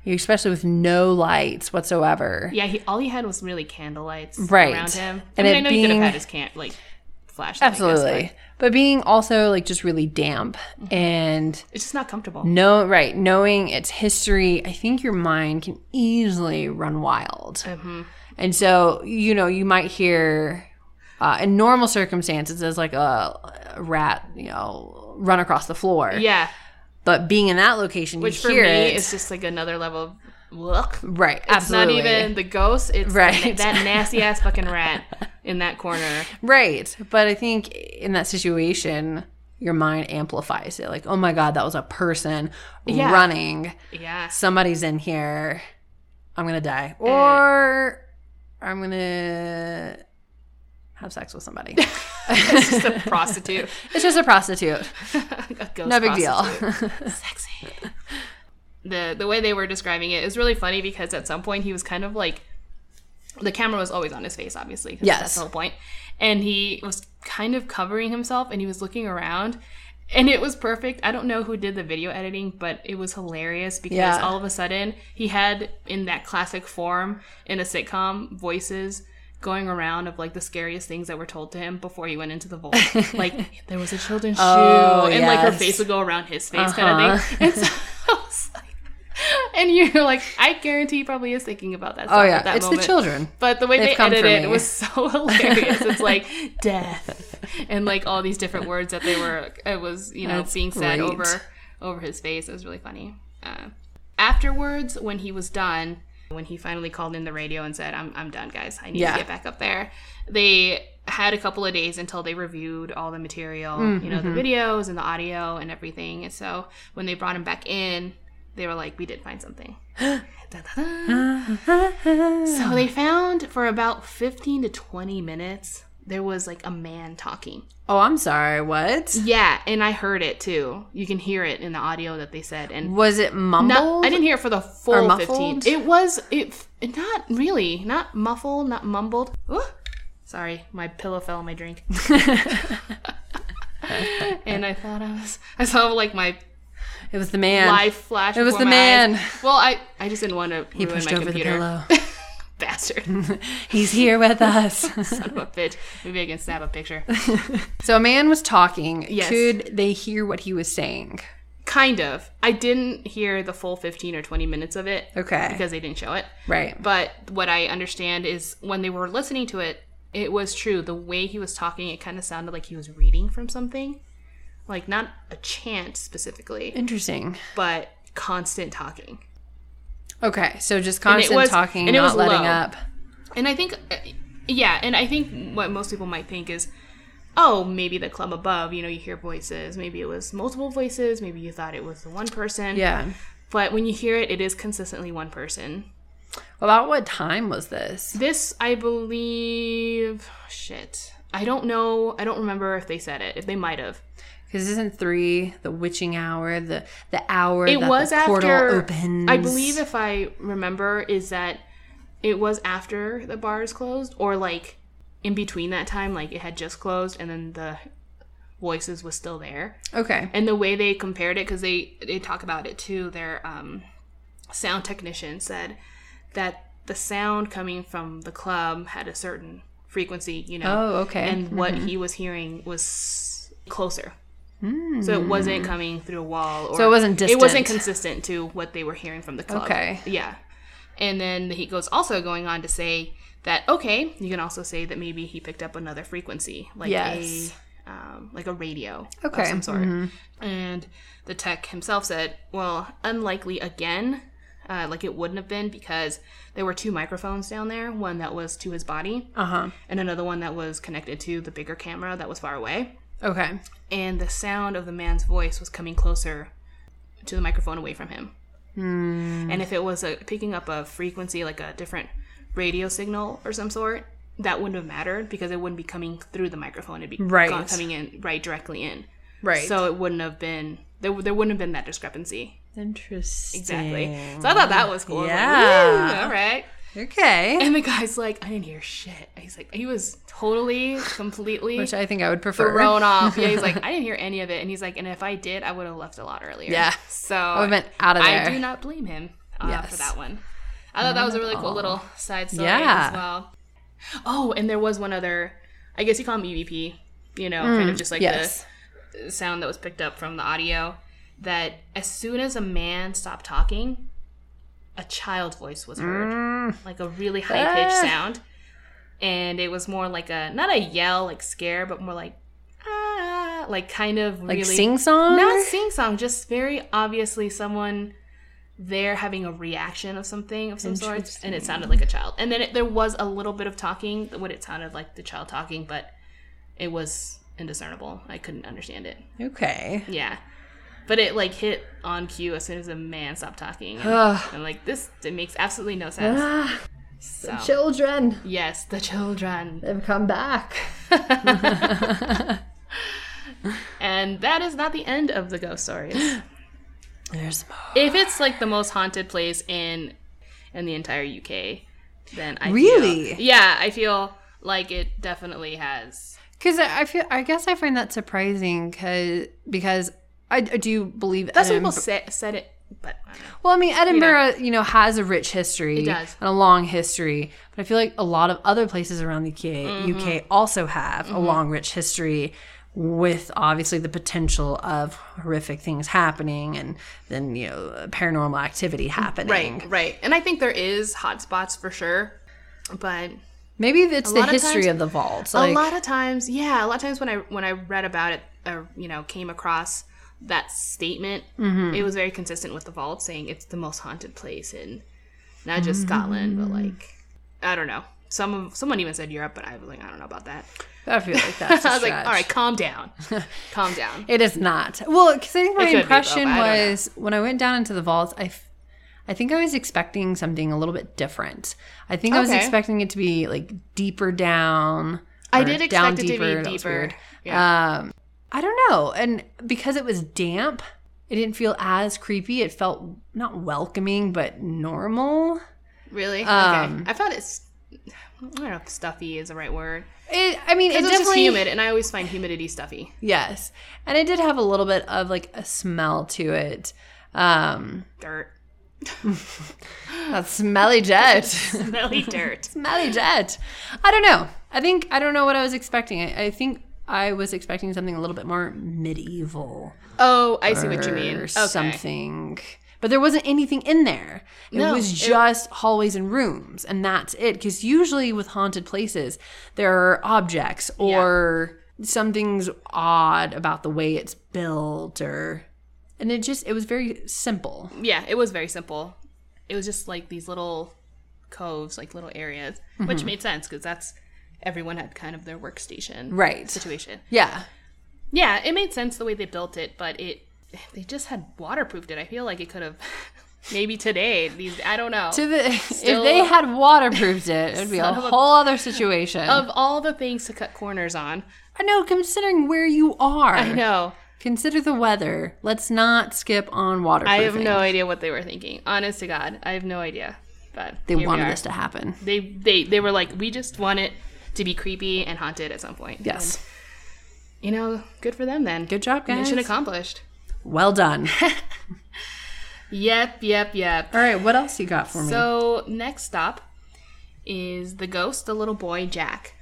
S2: you especially with no lights whatsoever.
S1: Yeah, he, all he had was really candle lights
S2: Right.
S1: around him. And
S2: And
S1: I, mean,
S2: it
S1: I know he could
S2: being-
S1: have had his can like flashlight. I guess,
S2: Absolutely.
S1: but
S2: but being also like just really damp
S1: Mm-hmm.
S2: and
S1: It's just not comfortable.
S2: no right, knowing its history, I think your mind can easily run wild.
S1: Mm-hmm.
S2: And so, you know, you might hear uh, in normal circumstances as like a, a rat, you know, run across the floor.
S1: Yeah,
S2: But being in that location,
S1: which
S2: you
S1: for
S2: hear
S1: me
S2: it.
S1: is just like another level of look.
S2: right.
S1: It's not
S2: absolutely.
S1: even the ghost. It's
S2: Right.
S1: that nasty ass fucking rat in that corner.
S2: Right. But I think in that situation, your mind amplifies it. Like, oh my God, that was a person
S1: Yeah.
S2: running.
S1: Yeah.
S2: Somebody's in here. I'm going to die.
S1: Eh.
S2: Or I'm going to have sex with somebody.
S1: It's just a prostitute.
S2: it's just a prostitute.
S1: a ghost
S2: No big
S1: prostitute.
S2: deal.
S1: sexy. the the way they were describing it is really funny because at some point he was kind of like the camera was always on his face, obviously. 'cause
S2: Yes.
S1: that's the whole point. And he was kind of covering himself, and he was looking around, and it was perfect. I don't know who did the video editing, but it was hilarious because
S2: Yeah.
S1: all of a sudden he had in that classic form in a sitcom voices. Going around of like the scariest things that were told to him before he went into the vault. like there was a children's shoe,
S2: Oh,
S1: and like her
S2: yes. Uh-huh.
S1: face would go around his face kind of thing. And so I was like, and you're like, I guarantee he probably is thinking about that.
S2: Oh
S1: stuff
S2: yeah,
S1: at that
S2: it's
S1: moment.
S2: the children.
S1: But the way
S2: They've
S1: they
S2: come for
S1: edited it
S2: me.
S1: was so hilarious. It's like death and like all these different words that they were it was you know
S2: That's
S1: being said
S2: great.
S1: over over his face. It was really funny. Uh, afterwards, when he was done, when he finally called in the radio and said, "I'm I'm done, guys. I need
S2: Yeah.
S1: to get back up there," they had a couple of days until they reviewed all the material, you know, the
S2: Mm-hmm.
S1: videos and the audio and everything. And so when they brought him back in, they were like, "We did find something." Da-da-da. So they found for about 15 to 20 minutes, there was like a man talking.
S2: Oh, I'm sorry. What
S1: Yeah, and I heard it too. You can hear it in the audio that they said. And
S2: was it? Mumbled?
S1: not, I didn't hear it for the full 15.
S2: muffled?
S1: It was, it, f- not really, not muffled, not mumbled. Ooh, sorry, my pillow fell on my drink. and I thought I was, I saw like my
S2: It was the man.
S1: life flash.
S2: It was
S1: before
S2: the
S1: my eyes.
S2: man.
S1: Well, I, I just didn't want to
S2: He
S1: ruin
S2: pushed
S1: my
S2: over
S1: computer.
S2: the pillow.
S1: Bastard.
S2: He's here with us.
S1: Son of a bitch. Maybe I can snap a picture.
S2: so a man was talking.
S1: Yes.
S2: Could they hear what he was saying?
S1: Kind of. I didn't hear the full 15 or 20 minutes of it
S2: Okay.
S1: because they didn't show it.
S2: right.
S1: But what I understand is when they were listening to it, it was true. The way he was talking, it kind of sounded like he was reading from something. Like, not a chant specifically,
S2: Interesting.
S1: but constant talking.
S2: Okay, so just
S1: it
S2: constant
S1: was-
S2: talking,
S1: and it
S2: not
S1: was
S2: letting
S1: low.
S2: up.
S1: And I think, uh, yeah, and I think what most people might think is, oh, maybe the club above, you know, you hear voices. Maybe it was multiple voices. Maybe you thought it was the one person.
S2: Yeah.
S1: But when you hear it, it is consistently one person.
S2: About what time was this?
S1: This, I believe, shit. I don't know. I don't remember if they said it. If they might have.
S2: Because isn't three the witching hour, the the hour
S1: It
S2: that
S1: was
S2: the portal
S1: after.
S2: opens?
S1: I believe, if I remember, is that it was after the bars closed, or like in between that time, like it had just closed, and then the voices was still there.
S2: Okay.
S1: and the way they compared it because they they talk about it too their um, sound technician said that the sound coming from the club had a certain frequency you know
S2: Oh, okay.
S1: and what he was hearing was closer so it wasn't coming through a wall or
S2: Hmm. So it wasn't
S1: it wasn't
S2: distant.
S1: consistent to what they were hearing from the club
S2: Okay.
S1: yeah and then he goes also going on to say that okay you can also say that maybe he picked up another frequency like
S2: Yes.
S1: a um, like a radio
S2: Okay.
S1: of some sort. And the tech himself said, well, unlikely again. Uh, like it wouldn't have been because there were two microphones down there one that was to his body
S2: uh huh.
S1: and another one that was connected to the bigger camera that was far away
S2: Okay.
S1: and the sound of the man's voice was coming closer to the microphone away from him
S2: Hmm.
S1: and if it was a, picking up a frequency like a different radio signal or some sort that wouldn't have mattered because it wouldn't be coming through the microphone it'd be
S2: Right.
S1: gone- coming in right directly in
S2: Right.
S1: so it wouldn't have been there, there wouldn't have been that discrepancy
S2: interesting.
S1: exactly so i thought that was cool I was like,
S2: Yeah.
S1: "Woo, all right
S2: Okay.
S1: and the guy's like i didn't hear shit he's like he was totally completely
S2: Which I think I would prefer.
S1: thrown off yeah he's like i didn't hear any of it and he's like and if i did i would have left a lot earlier
S2: Yeah.
S1: so
S2: I would've been out of
S1: i
S2: there.
S1: do not blame him uh,
S2: Yes.
S1: for that one i thought that was a really cool little side story
S2: Yeah.
S1: as well oh and there was one other i guess you call him evp you know kind of just like the
S2: Mm, yes.
S1: sound that was picked up from the audio that as soon as a man stopped talking, a child voice was heard,
S2: Mm,
S1: like a really high pitched
S2: Ah.
S1: sound, and it was more like a not a yell like scare, but more like ah, like kind of
S2: like
S1: really
S2: sing song.
S1: not sing song, just very obviously someone there having a reaction of something of some sort, and it sounded like a child. And then it, there was a little bit of talking, what it sounded like the child talking, but it was indiscernible. I couldn't understand it.
S2: okay.
S1: Yeah, but it like hit on cue as soon as the man stopped talking, and
S2: Ugh.
S1: I'm like, this it makes absolutely no sense.
S2: Ah,
S1: So
S2: children,
S1: yes, the children,
S2: they've come back.
S1: and that is not the end of the ghost stories.
S2: There's more.
S1: if it's like the most haunted place in in the entire UK, then I feel-
S2: Really?
S1: yeah, I feel like it definitely has.
S2: Because I I feel, I guess I find that surprising. Cause, because I, I do believe
S1: That's what
S2: Edinburgh-
S1: people sa- said it, but I don't know.
S2: Well, I mean, Edinburgh, you know, has a rich history. It
S1: does.
S2: And a long history.
S1: Mm-hmm.
S2: But I feel like a lot of other places around the UK, UK also have a long, rich history with obviously the potential of horrific things happening and then, you know, paranormal activity happening.
S1: Right, right. And I think there is hot spots for sure. But
S2: Maybe it's the
S1: lot of
S2: history
S1: times-
S2: of the vaults.
S1: a
S2: Like,
S1: lot of times, yeah, a lot of times when I when I read about it or you know, came across that statement,
S2: Mm-hmm.
S1: it was very consistent with the vault saying it's the most haunted place in not just Scotland, but
S2: Mm-hmm.
S1: like I don't know. Some of, someone even said Europe, but I was like, I don't know about that.
S2: I feel like that's. a
S1: I was like,
S2: stretch.
S1: all right, calm down, calm down.
S2: It is not. Well, because I think my
S1: could be, though,
S2: impression
S1: but I don't
S2: was when I went down into the vaults, I, f- I think I was expecting something a little bit different. I think I was
S1: Okay.
S2: expecting it to be like deeper down.
S1: I
S2: or
S1: did expect
S2: down
S1: it to be
S2: That was
S1: deeper.
S2: weird.
S1: Yeah.
S2: Um, I don't know, and because it was damp, it didn't feel as creepy. It felt not welcoming, but normal.
S1: Really?
S2: Um,
S1: okay. I found it's. I don't know if stuffy is the right word.
S2: It, I mean, it
S1: It's just
S2: definitely
S1: humid, and I always find humidity stuffy.
S2: Yes. And it did have a little bit of like a smell to it. Um
S1: Dirt.
S2: that smelly jet.
S1: Smelly dirt.
S2: smelly jet. I don't know. I think I don't know what I was expecting. I, I think I was expecting something a little bit more medieval
S1: Oh, I see what you
S2: or
S1: mean. Okay.
S2: something. But there wasn't anything in there. It
S1: No,
S2: was
S1: it-
S2: just hallways and rooms, and that's it. Because usually with haunted places, there are objects or something's odd about the way it's built, or and it just it was very simple.
S1: Yeah, it was very simple. It was just like these little coves, like little areas,
S2: Mm-hmm.
S1: which made sense because that's everyone had kind of their workstation
S2: Right.
S1: situation.
S2: Yeah.
S1: Yeah, it made sense the way they built it, but it they just had waterproofed it. I feel like it could have maybe today these I don't know.
S2: To the,
S1: Still-
S2: if they had waterproofed it, it'd be a
S1: Son of a- Um,
S2: whole other situation.
S1: of all the things to cut corners on,
S2: I know, considering where you are.
S1: I know.
S2: Consider the weather. Let's not skip on waterproofing.
S1: I have no idea what they were thinking. Honest to God, I have no idea. But
S2: They
S1: here we
S2: wanted
S1: are.
S2: this to happen.
S1: They they they were like, we just want it to be creepy and haunted at some point.
S2: Yes.
S1: And, you know, good for them then.
S2: Good job, guys.
S1: Mission accomplished.
S2: Well done.
S1: Yep, yep, yep.
S2: All right, what else you got for me?
S1: So next stop is the ghost, the little boy Jack.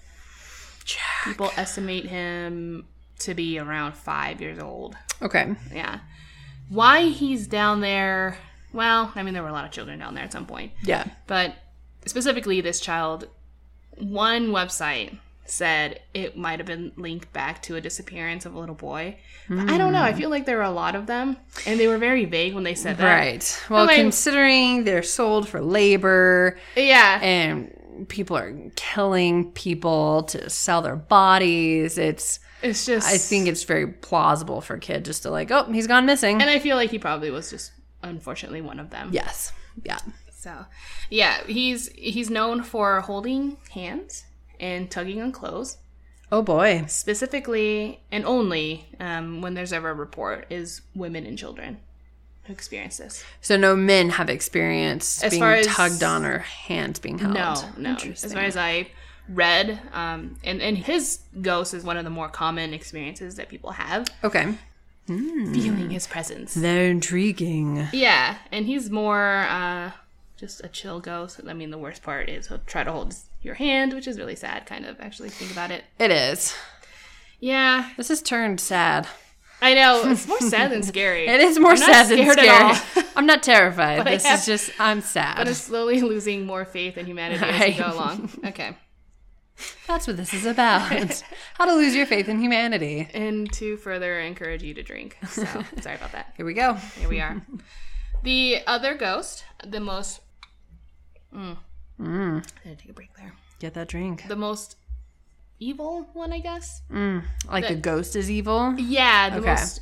S2: Jack.
S1: People estimate him to be around five years old.
S2: Okay.
S1: Yeah. Why he's down there? Well, I mean, there were a lot of children down there at some point.
S2: Yeah.
S1: But specifically, this child, one website said it might have been linked back to a disappearance of a little boy. But I don't
S2: Hmm.
S1: know. I feel like there were a lot of them, and they were very vague when they said that.
S2: Right. Well,
S1: Okay.
S2: considering they're sold for labor
S1: Yeah.
S2: and people are killing people to sell their bodies, it's
S1: it's just.
S2: I think it's very plausible for a kid just to like, oh, he's gone missing.
S1: And I feel like he probably was just unfortunately one of them.
S2: yes. Yeah.
S1: So, yeah, he's he's known for holding hands and tugging on clothes.
S2: Oh boy.
S1: specifically and only um, when there's ever a report is women and children who experience this.
S2: So no men have experienced
S1: As
S2: being
S1: far as-
S2: tugged on or hands being held.
S1: No, no. As far as I read, um, and and his ghost is one of the more common experiences that people have,
S2: Okay.
S1: feeling his presence.
S2: They're intriguing.
S1: Yeah, and he's more uh, just a chill ghost. I mean, the worst part is he'll try to hold your hand, which is really sad. Kind of actually think about it.
S2: It is.
S1: Yeah,
S2: This has turned sad.
S1: I know it's more sad than scary.
S2: It is more
S1: I'm not
S2: sad than
S1: scared at
S2: scared. I'm not terrified.
S1: I
S2: this
S1: have-
S2: is just I'm sad.
S1: But it's slowly losing more faith in humanity as we go along. Okay.
S2: That's what this is about. How to lose your faith in humanity.
S1: and to further encourage you to drink. So sorry about that.
S2: Here we go.
S1: Here we are. The other ghost, the most. Mm. I'm gonna take a break there.
S2: Get that drink.
S1: The most evil one, I guess.
S2: Like the ghost is evil.
S1: Yeah, the
S2: Okay.
S1: most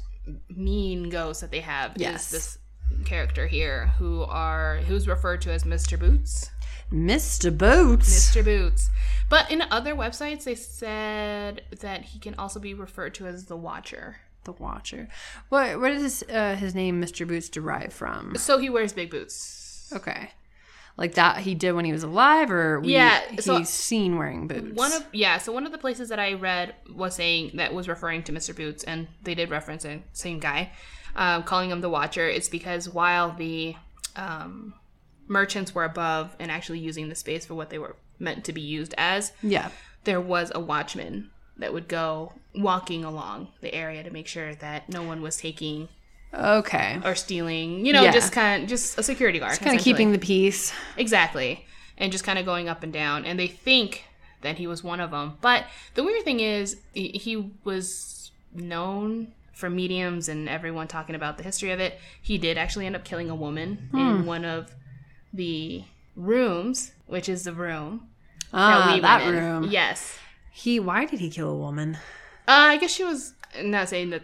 S1: mean ghost that they have
S2: Yes.
S1: is this character here, who are who's referred to as Mr. Boots.
S2: Mr. Boots.
S1: Mr. Boots. But in other websites, they said that he can also be referred to as the Watcher.
S2: The Watcher. What where does uh, his name Mr. Boots derive from?
S1: So he wears big boots.
S2: Okay. Like that he did when he was alive or we,
S1: Yeah,
S2: he's
S1: so-
S2: seen wearing boots.
S1: One of yeah, so one of the places that I read was saying that was referring to Mr. Boots, and they did reference the same guy, um, calling him the Watcher. It's because while the um, merchants were above and actually using the space for what they were meant to be used as,
S2: Yeah.
S1: there was a watchman that would go walking along the area to make sure that no one was taking
S2: Okay.
S1: or stealing, you know,
S2: Yeah.
S1: just kind of just a security guard.
S2: Kind of
S1: essentially.
S2: keeping the peace.
S1: Exactly. And just kind of going up and down. And they think that he was one of them. But the weird thing is, he he was known for mediums and everyone talking about the history of it. He did actually end up killing a woman in one of the rooms, which is the room.
S2: Ah,
S1: went
S2: that
S1: in.
S2: room.
S1: Yes.
S2: He. Why did he kill a woman?
S1: Uh, I guess she was I'm not saying that.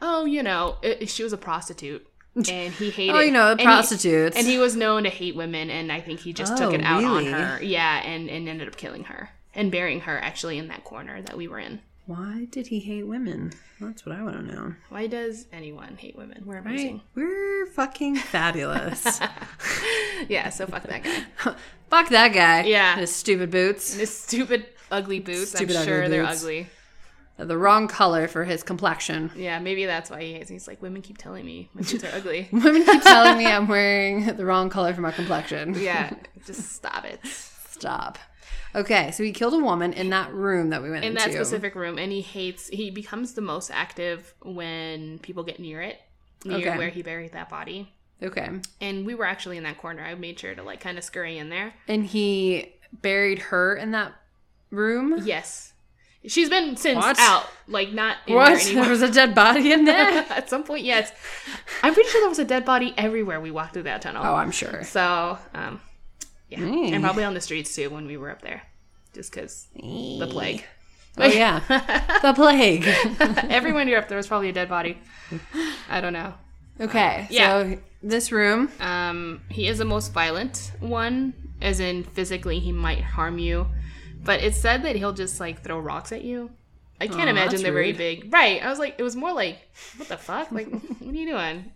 S1: Oh, you know, it, she was a prostitute, and he hated.
S3: Oh, you know,
S1: and he-
S3: prostitutes.
S1: and he was known to hate women, and I think he just took
S3: Oh,
S1: it out
S3: really?
S1: on her. Yeah, and and ended up killing her and burying her actually in that corner that we were in.
S3: Why did he hate women? That's what I want to know.
S1: Why does anyone hate women? We're amazing.
S3: We're fucking fabulous.
S1: Yeah, so fuck that guy.
S3: Fuck that guy.
S1: Yeah.
S3: His stupid boots.
S1: His stupid ugly boots.
S3: Stupid
S1: I'm
S3: ugly
S1: sure they're
S3: boots.
S1: ugly.
S2: The wrong color for his complexion.
S1: Yeah, maybe that's why he hates. me. He's like, women keep telling me my boots are ugly.
S2: Women keep telling me I'm wearing the wrong color for my complexion.
S1: Yeah, just stop it.
S2: Stop. Okay, so he killed a woman in that room that we went
S1: in
S2: into.
S1: that specific room and he hates he becomes the most active when people get near it near
S2: Okay.
S1: where he buried that body
S2: Okay.
S1: and we were actually in that corner i made sure to like kind of scurry in there
S2: And he buried her in that room.
S1: yes she's been since
S2: What?
S1: out like not in
S2: What?
S1: there
S2: There
S1: anymore
S2: was a dead body in there?
S1: at some point yes i'm pretty sure there was a dead body everywhere we walked through that tunnel
S2: oh, I'm sure.
S1: so um yeah
S2: Mm.
S1: and probably on the streets too when we were up there just because the plague
S2: Oh, yeah. the plague.
S1: everywhere you're up there was probably a dead body i don't know
S2: Okay,
S1: Yeah.
S2: so this room.
S1: Um, he is the most violent one, as in physically he might harm you, but it's said that he'll just like throw rocks at you. I can't imagine
S2: that's
S1: they're very
S2: rude.
S1: big. Right. I was like, it was more like, what the fuck? Like, what are you doing?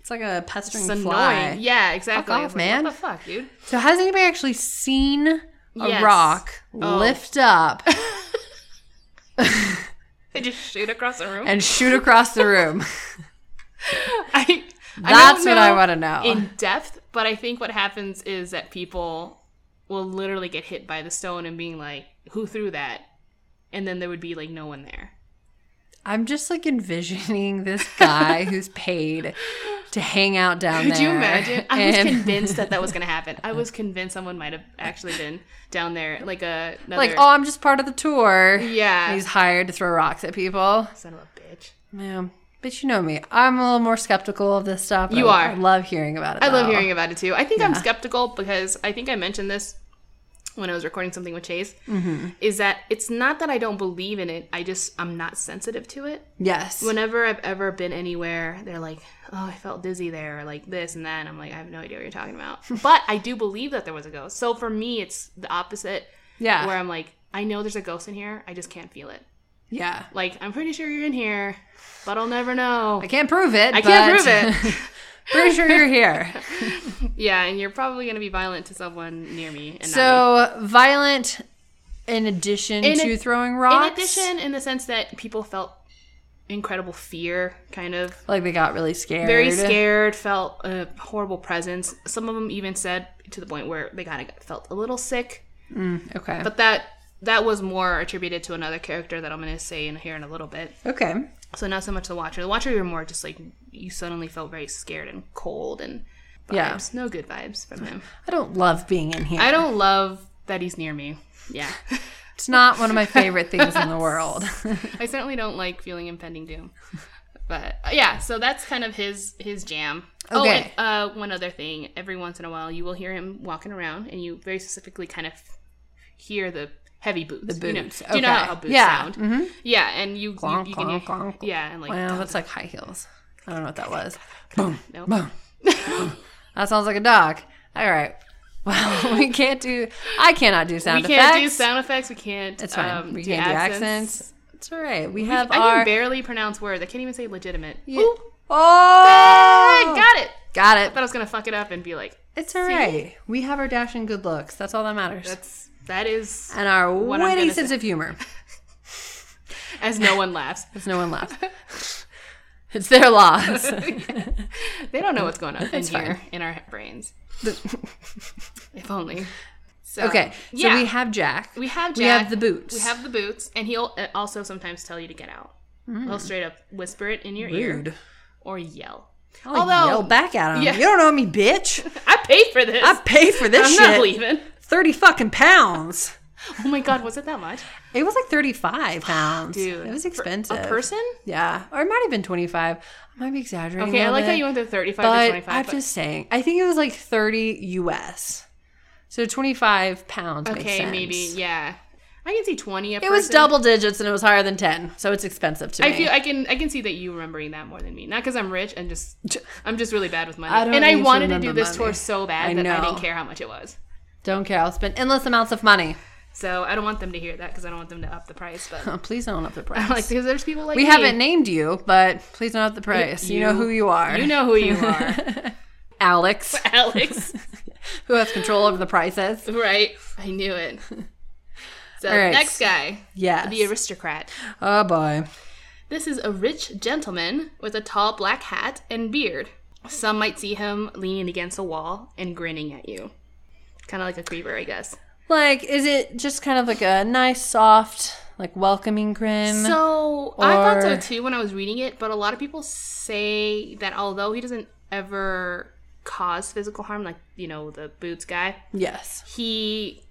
S2: It's like a pestering
S1: It's annoying.
S2: fly.
S1: Yeah, exactly.
S2: off,
S1: I was like,
S2: man.
S1: What the fuck, dude?
S2: So has anybody actually seen a
S1: Yes. Oh.
S2: rock lift up
S1: They just shoot across the room.
S2: and shoot across the room?
S1: I,
S2: That's what I
S1: want
S2: want to know.
S1: in depth, but I think what happens is that people will literally get hit by the stone and being like, who threw that? And then there would be like no one there.
S2: I'm just like envisioning this guy who's paid to hang out down there.
S1: Could you imagine? I was
S2: and-
S1: convinced that that was going to happen. I was convinced someone might have actually been down there, like a another,
S2: Like, oh, I'm just part of the tour.
S1: yeah,
S2: He's hired to throw rocks at people.
S1: son of a bitch.
S2: Yeah. But you know me. I'm a little more skeptical of this stuff.
S1: You
S2: I-
S1: are.
S2: I love hearing about it.
S1: I love
S2: though.
S1: hearing about it too. I think I'm skeptical because I think I mentioned this when I was recording something with Chase.
S2: Mm-hmm.
S1: Is that it's not that I don't believe in it. I just I'm not sensitive to it.
S2: Yes.
S1: Whenever I've ever been anywhere, they're like, "Oh, I felt dizzy there," or like this and that. And I'm like, I have no idea what you're talking about. but I do believe that there was a ghost. So for me, it's the opposite.
S2: yeah.
S1: where I'm like, I know there's a ghost in here, I just can't feel it.
S2: yeah.
S1: Like, I'm pretty sure you're in here, but I'll never know.
S2: I can't prove it.
S1: I can't
S2: but
S1: prove
S2: pretty sure you're here.
S1: Yeah, and you're probably gonna be violent to someone near me. And not
S2: So violent. In addition
S1: In
S2: to
S1: ad-
S2: throwing
S1: me. in
S2: rocks,
S1: addition, in the sense that people felt incredible fear, kind of
S2: like they got really scared.
S1: very scared, felt a horrible presence. Some of them even said to the point where they kind of felt a little sick.
S2: Okay.
S1: But that that was more attributed to another character that I'm gonna say in here in a little bit.
S2: okay.
S1: So not so much the Watcher. The Watcher, you're more just like you suddenly felt very scared and cold and vibes.
S2: Yeah.
S1: No good vibes from him.
S2: I don't love being in here.
S1: I don't love that he's near me. Yeah.
S2: It's not one of my favorite things in the world.
S1: I certainly don't like feeling impending doom. But uh, yeah, so that's kind of his his jam. Oh, and,
S2: Okay.
S1: uh, one other thing. Every once in a while, you will hear him walking around, and you very specifically kind of hear the heavy boots. The
S2: boots,
S1: You know, do you know
S2: okay.
S1: how boots
S2: Yeah, Mm-hmm.
S1: sound? Yeah, and you,
S2: Clonk,
S1: you, you can hear,
S2: clonk, clonk.
S1: yeah, and like
S2: Well,
S1: thump,
S2: that's like high heels. I don't know what that was. Boom.
S1: no.
S2: Boom. That sounds like a dog. All right. Well, we can't do. I cannot do sound
S1: we can't do
S2: effects.
S1: sound effects. We can't.
S2: It's fine.
S1: Um,
S2: we
S1: do
S2: can't
S1: accents.
S2: do accents. It's all right. We have
S1: I
S2: our.
S1: can barely pronounce words. I can't even say legitimate.
S2: Yeah.
S1: Ooh, I
S2: Oh,
S1: got it.
S2: got
S1: I thought I
S2: it.
S1: was gonna fuck it up and be like,
S2: It's all right. We have our dash and good looks. That's all that matters.
S1: "That's that is,"
S2: and our
S1: what I'm
S2: witty
S1: gonna
S2: sense
S1: say.
S2: of humor.
S1: as no one laughs.
S2: Because no one laughs. it's their loss.
S1: They don't know what's going on in
S2: fine.
S1: here in our brains. if only. So,
S2: Okay. So
S1: yeah.
S2: we have Jack.
S1: We have Jack.
S2: We have the boots.
S1: We have the boots, and he'll uh, also sometimes tell you to get out.
S2: Hmm.
S1: He'll straight up whisper it in your ear
S4: Rude.
S1: or yell.
S2: I'll
S1: Although-
S2: yell back at him.
S1: Yeah.
S2: You don't know me, bitch.
S1: I paid for this.
S2: I pay for this
S1: I'm
S2: shit.
S1: not leaving.
S2: Thirty fucking pounds.
S1: Oh my god, was it that much,
S2: It was like thirty-five pounds.
S1: dude?
S2: it was
S1: for
S2: expensive.
S1: A person?
S2: Yeah, or it might have been twenty-five. I might be exaggerating.
S1: Okay,
S2: a
S1: I
S2: little
S1: like that
S2: bit,
S1: you went to 35 to
S2: But
S1: 25.
S2: I'm
S1: but-
S2: just saying. I think it was like thirty U.S. So twenty-five pounds. makes
S1: okay,
S2: sense.
S1: maybe yeah. I can see 20. A
S2: It was double digits and it was higher than ten, so it's expensive to me.
S1: I feel I can I can see that you remembering that more than me. Not because I'm rich and just I'm just really bad with money.
S2: I don't
S1: and I
S2: even
S1: wanted to do
S2: remember
S1: this tour
S2: money.
S1: so bad
S2: I
S1: that I didn't
S2: know.
S1: care how much it was.
S2: don't care. I'll spend endless amounts of money.
S1: So I don't want them to hear that because I don't want them to up the price. But
S2: Oh, please don't up the price.
S1: I'm like because there's people like
S2: we
S1: me.
S2: haven't named you, but please don't up the price. You, know who you are.
S1: You know who you are,
S2: Alex,
S1: Alex.
S2: who has control over the prices.
S1: right? I knew it. So
S2: All right.
S1: next guy,
S2: Yes.
S1: the aristocrat.
S2: oh boy.
S1: This is a rich gentleman with a tall black hat and beard. Some might see him leaning against a wall and grinning at you, kind of like a creeper, I guess.
S2: Like, is it just kind of like a nice, soft, like welcoming grin?
S1: So I thought so
S2: Or-
S1: too when I was reading it, but a lot of people say that although he doesn't ever cause physical harm, like you know the boots guy,
S2: yes.
S1: he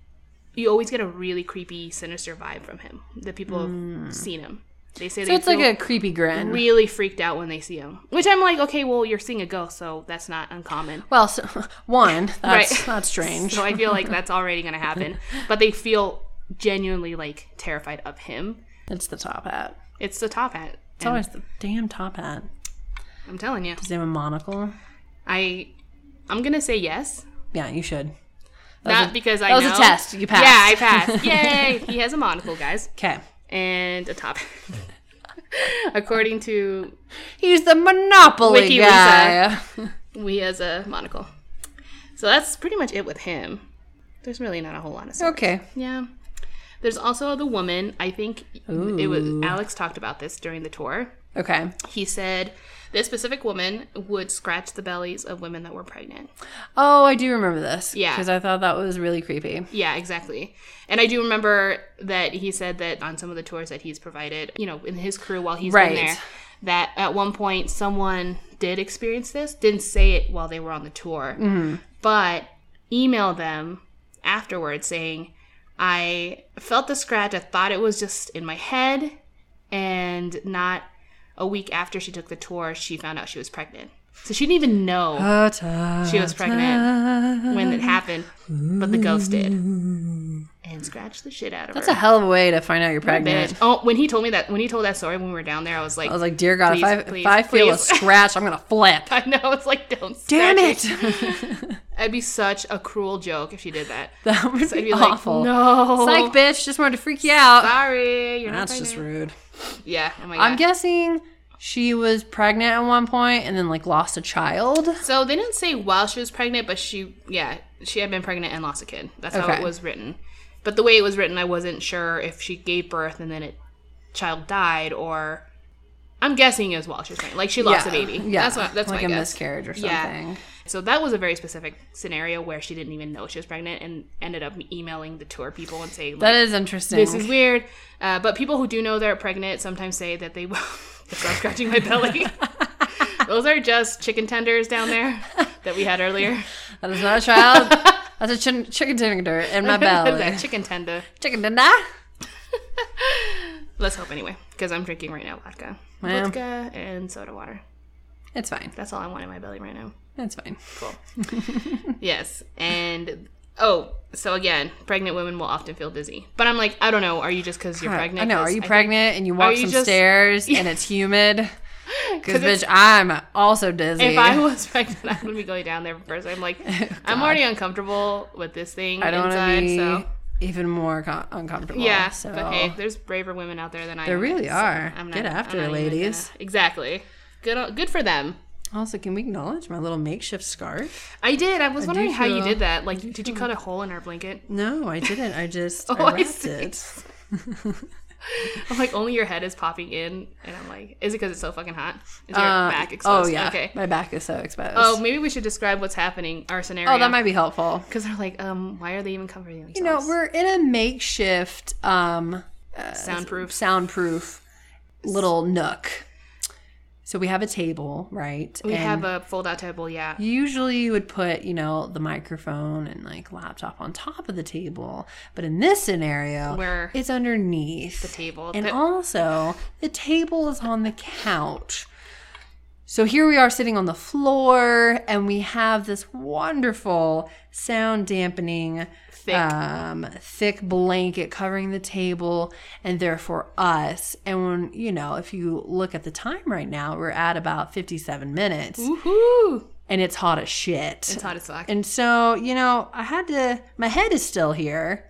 S1: you always get a really creepy, sinister vibe from him. The people have seen him. They say
S2: Hmm. So
S1: they
S2: it's like
S1: feel
S2: a creepy grin.
S1: really freaked out when they see him, which I'm like, okay, well you're seeing a ghost, so that's not uncommon.
S2: well, so, one, that's
S1: Right.
S2: that's strange.
S1: So I feel like that's already going to happen. But they feel genuinely like terrified of him.
S2: It's the top hat.
S1: It's the top hat.
S2: It's always the damn top hat.
S1: I'm telling you.
S2: Does he have a monocle?
S1: I I'm gonna say yes.
S2: Yeah, you should.
S1: Not because I
S2: that was a
S1: know.
S2: test. You passed.
S1: Yeah, I passed. Yay! he has a monocle, guys,
S2: Okay.
S1: and a top. According to
S2: He's the Monopoly
S1: Wiki
S2: guy.
S1: we, has a monocle. So that's pretty much it with him. There's really not a whole lot of stuff.
S2: Okay.
S1: Yeah. There's also the woman. I think it was Alex talked about this during the tour.
S2: Okay.
S1: He said this specific woman would scratch the bellies of women that were pregnant.
S2: Oh, I do remember this.
S1: Yeah.
S2: Because I thought that was really creepy.
S1: Yeah, exactly. And I do remember that he said that on some of the tours that he's provided, you know, in his crew while he's
S2: Right.
S1: been there, that at one point someone did experience this, didn't say it while they were on the tour, but emailed them afterwards saying, I felt the scratch. I thought it was just in my head. And not a week after she took the tour, she found out she was pregnant. So she didn't even know she was pregnant when it happened, but the ghost did and scratched the shit out of
S2: That's a
S1: her.
S2: hell of a way to find out you're pregnant.
S1: Bitch. Oh, when he told me that, when he told that story when we were down there, I was like,
S2: I was like, dear God,
S1: Please,
S2: if I,
S1: please,
S2: if I feel a
S1: please.
S2: scratch, I'm going to flip.
S1: I know it's like, don't.
S2: Damn
S1: scratch
S2: it.
S1: That'd be such a cruel joke if she did that.
S2: that would
S1: I'd
S2: be
S1: be like,
S2: awful.
S1: no,
S2: Psych, bitch. Just wanted to freak you out.
S1: sorry, you're
S2: That's
S1: not
S2: just
S1: pregnant.
S2: rude.
S1: Yeah, oh my god.
S2: I'm guessing she was pregnant at one point and then, like, lost a child.
S1: so they didn't say while she was pregnant, but she, yeah, she had been pregnant and lost a kid. That's how
S2: Okay.
S1: it was written. But the way it was written, I wasn't sure if she gave birth and then it child died or. I'm guessing it was while she was pregnant. Like she lost a baby.
S2: Yeah.
S1: that's what. That's
S2: like
S1: my
S2: a
S1: guess.
S2: miscarriage or something.
S1: Yeah. So that was a very specific scenario where she didn't even know she was pregnant and ended up emailing the tour people and saying,
S2: That
S1: like,
S2: is interesting.
S1: this is weird. Uh, but people who do know they're pregnant sometimes say that they will. Stop scratching my belly. Those are just chicken tenders down there that we had earlier.
S2: that is not a child. That's a chin- chicken tender in my belly.
S1: that chicken tender.
S2: chicken tender?
S1: Let's hope anyway, because I'm drinking right now vodka.
S2: Wow.
S1: Vodka and soda water.
S2: It's fine.
S1: That's all I want in my belly right now.
S2: It's fine.
S1: Yes. And oh, so again, pregnant women will often feel dizzy. But I'm like, I don't know. Are you just because you're
S2: I-
S1: pregnant?
S2: I know.
S1: 'Cause
S2: Are you
S1: think-
S2: pregnant and you walk
S1: you
S2: some
S1: just-
S2: stairs and it's humid? Because bitch, I'm also dizzy.
S1: If I was pregnant, I would be going down there first. I'm like, I'm already uncomfortable with this thing
S2: Oh, I don't want
S1: inside.
S2: to be
S1: So
S2: even more co- uncomfortable.
S1: yeah,
S2: So
S1: but hey, there's braver women out there than I.
S2: there really are.
S1: I'm not-
S2: Get
S1: I'm
S2: after
S1: not
S2: it,
S1: even
S2: ladies.
S1: gonna- exactly. Good, o- good for them.
S2: Also, can we acknowledge my little makeshift scarf?
S1: I did. I was wondering how you
S2: feel-
S1: did that. Like, did you cut a hole in our blanket?
S2: No, I didn't. I just
S1: Oh, I
S2: I wrapped
S1: see.
S2: it.
S1: I'm like, only your head is popping in, and I'm like, is it because it's so fucking hot? Is your
S2: Uh,
S1: back exposed?
S2: Oh yeah,
S1: Okay.
S2: my back is so exposed.
S1: Oh, maybe we should describe what's happening. Our scenario.
S2: Oh, that might be helpful.
S1: Because they're like, um, why are they even covering themselves?
S2: You know, we're in a makeshift, um,
S1: soundproof.
S2: soundproof little nook. So we have a table, right?
S1: We have a fold-out table. Yeah.
S2: Usually you would put, you know, the microphone and like laptop on top of the table, but in this scenario,
S1: Where-
S2: it's underneath the
S1: table.
S2: and
S1: But-
S2: also the table is on the couch. So here we are sitting on the floor, and we have this wonderful sound dampening,
S1: Thick.
S2: um, thick blanket covering the table, and therefore us. And when you know, if you look at the time right now, we're at about fifty-seven minutes
S1: Woohoo!
S2: and it's hot as shit.
S1: It's hot as fuck.
S2: And so, you know, I had to. My head is still here,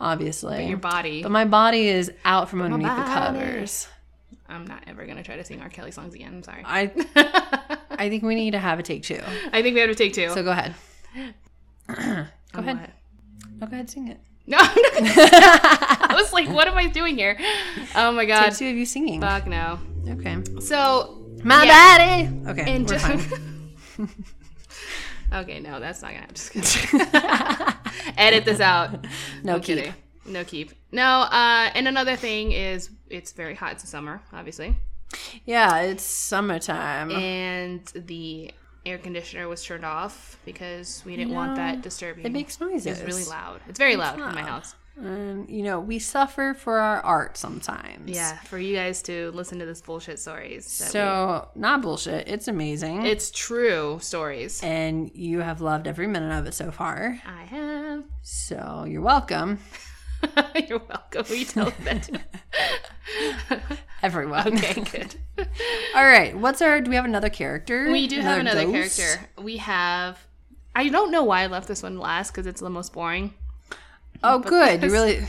S2: obviously, but,
S1: your body.
S2: my body is out from underneath the
S1: body.
S2: covers.
S1: I'm not ever gonna try to sing R. Kelly songs again. I'm sorry.
S2: I, I think we need to have a take two.
S1: I think we have to take two.
S2: So go ahead. go ahead.
S1: What?
S2: No, go ahead, sing it.
S1: No, I'm not gonna. I was like, what am I doing here? Oh my god.
S2: Take two of you singing.
S1: Fuck no.
S2: Okay.
S1: So
S2: My body. Okay.
S1: and
S2: we're
S1: just
S2: fine.
S1: okay, no, that's not gonna. I'm just gonna edit this out. No
S2: No keep.
S1: kidding. No keep. No. Uh, and another thing is, it's very hot. It's summer, obviously,
S2: Yeah, it's summertime.
S1: and the air conditioner was turned off because we didn't want that disturbing.
S2: it makes noises.
S1: It's really loud. It's very loud in my house.
S2: And you know, we suffer for our art sometimes.
S1: Yeah, for you guys to listen to this bullshit stories. that
S2: So not bullshit. It's amazing.
S1: we- it's true stories.
S2: and you have loved every minute of it so far.
S1: I have.
S2: So you're welcome,
S1: You're welcome. We tell that. to-
S2: everyone.
S1: Okay, good.
S2: All right. What's our? Do we have another character?
S1: We do have another
S2: ghost?
S1: character. We have. I don't know why I left this one last because it's the most boring.
S2: Oh, good. You really,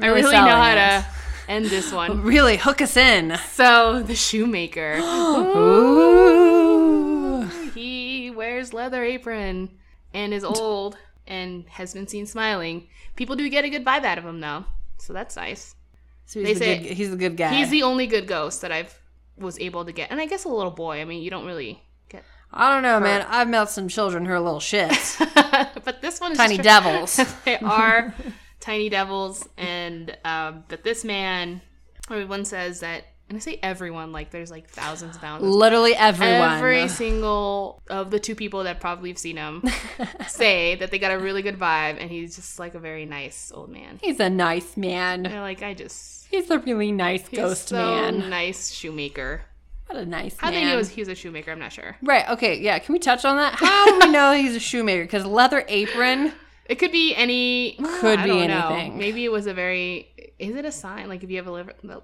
S1: I really know
S2: selling
S1: how
S2: it.
S1: to end this one.
S2: really hook us in.
S1: So the shoemaker,
S2: Ooh.
S1: he wears leather apron and is old and has been seen smiling. People do get a good vibe out of him though, so that's nice.
S2: So he's,
S1: They
S2: the
S1: say-
S2: good, he's a good guy.
S1: He's the only good ghost that I've was able to get, and I guess a little boy. I mean, you don't really get,
S2: I don't know, man. I've met some children who are little shits,
S1: but this one is
S2: tiny
S1: just-
S2: devils.
S1: they are tiny devils and um, but this man everyone says that and i say everyone like there's like thousands and thousands
S2: Literally everyone.
S1: every single of the two people that probably have seen him say that they got a really good vibe and he's just like a very nice old man
S2: he's a nice man.
S1: they're like i just
S2: He's a really nice
S1: he's
S2: ghost
S1: so
S2: man.
S1: nice shoemaker
S2: What a nice
S1: how
S2: man.
S1: they knew was he was a shoemaker i'm not sure
S2: Right. Okay. Yeah. Can we touch on that? How do we know he's a shoemaker? Because leather apron.
S1: it could be any
S2: Could
S1: I
S2: be
S1: don't know.
S2: anything.
S1: maybe it was a very is it a sign like if you have a liver
S2: Hello.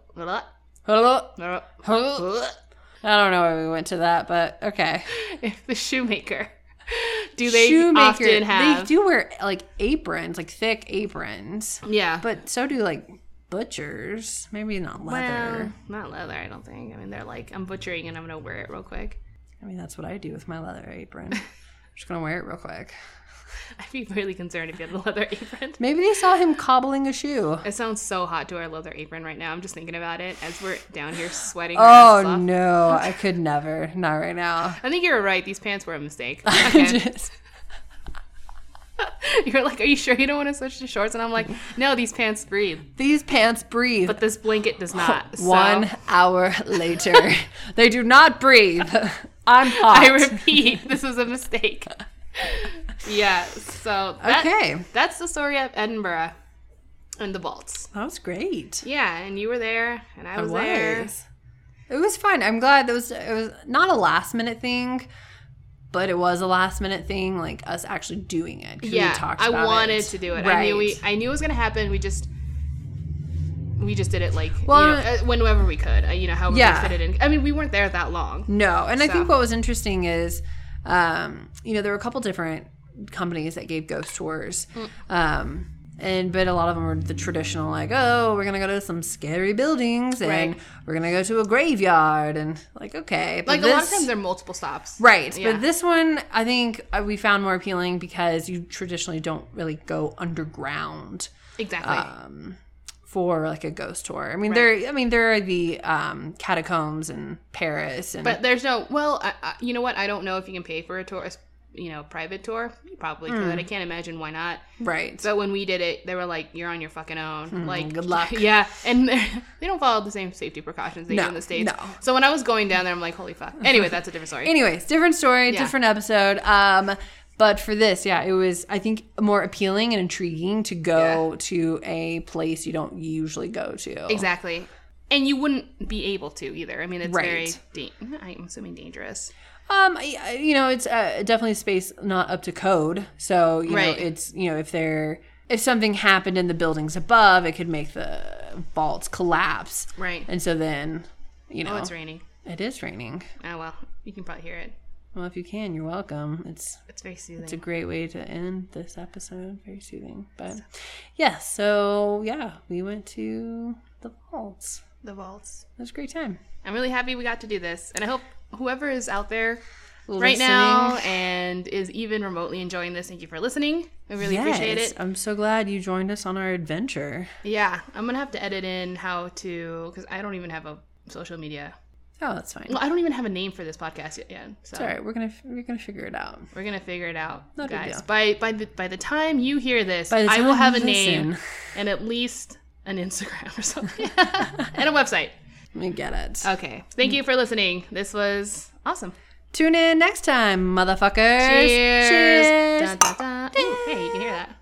S2: Hello. I don't know why we went to that, but okay.
S1: If the shoemaker. Do they
S2: Shoemaker,
S1: often have?
S2: They do wear like aprons, like thick aprons,
S1: Yeah, but
S2: but so do like butchers. Maybe not leather.
S1: not leather. I don't think. I mean, they're like, I'm butchering and I'm gonna wear it real quick.
S2: I mean, that's what I do with my leather apron. I'm just gonna wear it real quick.
S1: I'd be really concerned if you had a leather apron.
S2: Maybe they saw him cobbling a shoe.
S1: It sounds so hot to wear a leather apron right now. I'm just thinking about it as we're down here sweating. our asses
S2: Oh
S1: off.
S2: no, I could never. Not right now.
S1: I think you're right. These pants were a mistake.
S2: I'm
S1: Okay.
S2: just-
S1: you're like, are you sure you don't want to switch to shorts? And I'm like, no, these pants breathe,
S2: these pants breathe.
S1: but this blanket does not. So,
S2: One hour later, they do not breathe. I'm hot.
S1: I repeat, this was a mistake. Yeah. So that,
S2: okay,
S1: That's the story of Edinburgh and the vaults.
S2: that was great.
S1: Yeah, and you were there, and I was, there.
S2: It was fun. I'm glad that was. It was not a last minute thing, but it was a last minute thing. Like us actually doing it. 'cause we
S1: Yeah,
S2: talked
S1: I
S2: about
S1: wanted to do it. I knew we,
S2: Right.
S1: I knew it was gonna happen. We just, we just did it like
S2: Well,
S1: you know, uh, whenever we could. Uh, you know, however
S2: Yeah.
S1: we fit it in. I mean, we weren't there that long.
S2: No, and I
S1: So.
S2: think what was interesting is, um, you know, there were a couple different companies that gave ghost tours.
S1: Mm.
S2: Um, and but a lot of them were the traditional, like, oh, we're gonna go to some scary buildings and
S1: Right.
S2: we're gonna go to a graveyard and like, okay, but
S1: Like a lot of
S2: this-
S1: times, there are multiple stops.
S2: Right,
S1: Yeah.
S2: but this one I think uh, we found more appealing because you traditionally don't really go underground
S1: Exactly.
S2: um, for like a ghost tour. I mean, there. I mean, there are the um, catacombs in Paris, and
S1: But there's no. Well, I, I, you know what? I don't know if you can pay for a tour, a s- you know, private tour. You probably could.
S2: Hmm.
S1: I can't imagine why not.
S2: right.
S1: But when we did it, they were like, "You're on your fucking own." like,
S2: Hmm, good luck.
S1: Yeah, and they're- they don't follow the same safety precautions they do in the states.
S2: no.
S1: So when I was going down there, I'm like, "Holy fuck!" Anyway, that's a different story.
S2: Anyways, different story, different episode. Um, but for this, yeah, it was I think more appealing and intriguing to go to a place you don't usually go to.
S1: Exactly. And you wouldn't be able to either. I mean, it's
S2: Right.
S1: very, da- I'm assuming, dangerous.
S2: Um, I- I- you know, it's uh, definitely a space not up to code. So you
S1: Right.
S2: know, it's you know, if there if something happened in the buildings above, it could make the vaults collapse.
S1: Right.
S2: And so then, you know,
S1: Oh, it's raining.
S2: it is raining.
S1: Oh, well, you can probably hear it.
S2: Well, if you can, you're welcome. It's
S1: It's very soothing.
S2: it's a great way to end this episode. Very soothing. But yeah, so yeah, we went to the vaults.
S1: the vaults.
S2: It was a great time.
S1: I'm really happy we got to do this. And I hope whoever is out there right now and is even remotely enjoying this, thank you for listening. I really appreciate
S2: Yes,
S1: it.
S2: Oh. I'm so glad you joined us on our adventure.
S1: Yeah, I'm going to have to edit in how to, because I don't even have a social media.
S2: Oh, that's fine.
S1: Well, I don't even have a name for this podcast yet. yet so
S2: All right, we're gonna we're gonna figure it out.
S1: We're gonna figure it out,
S2: big
S1: guys.
S2: deal.
S1: By by the by the time you hear this,
S2: the
S1: I will
S2: time
S1: have a
S2: you
S1: name
S2: listen.
S1: and at least an Instagram or something and a website.
S2: Let me get it.
S1: Okay, thank you for listening. This was awesome.
S2: Tune in next time, motherfuckers.
S1: Cheers.
S2: Cheers.
S1: Dun, dun, dun. Ooh, hey, you can hear that.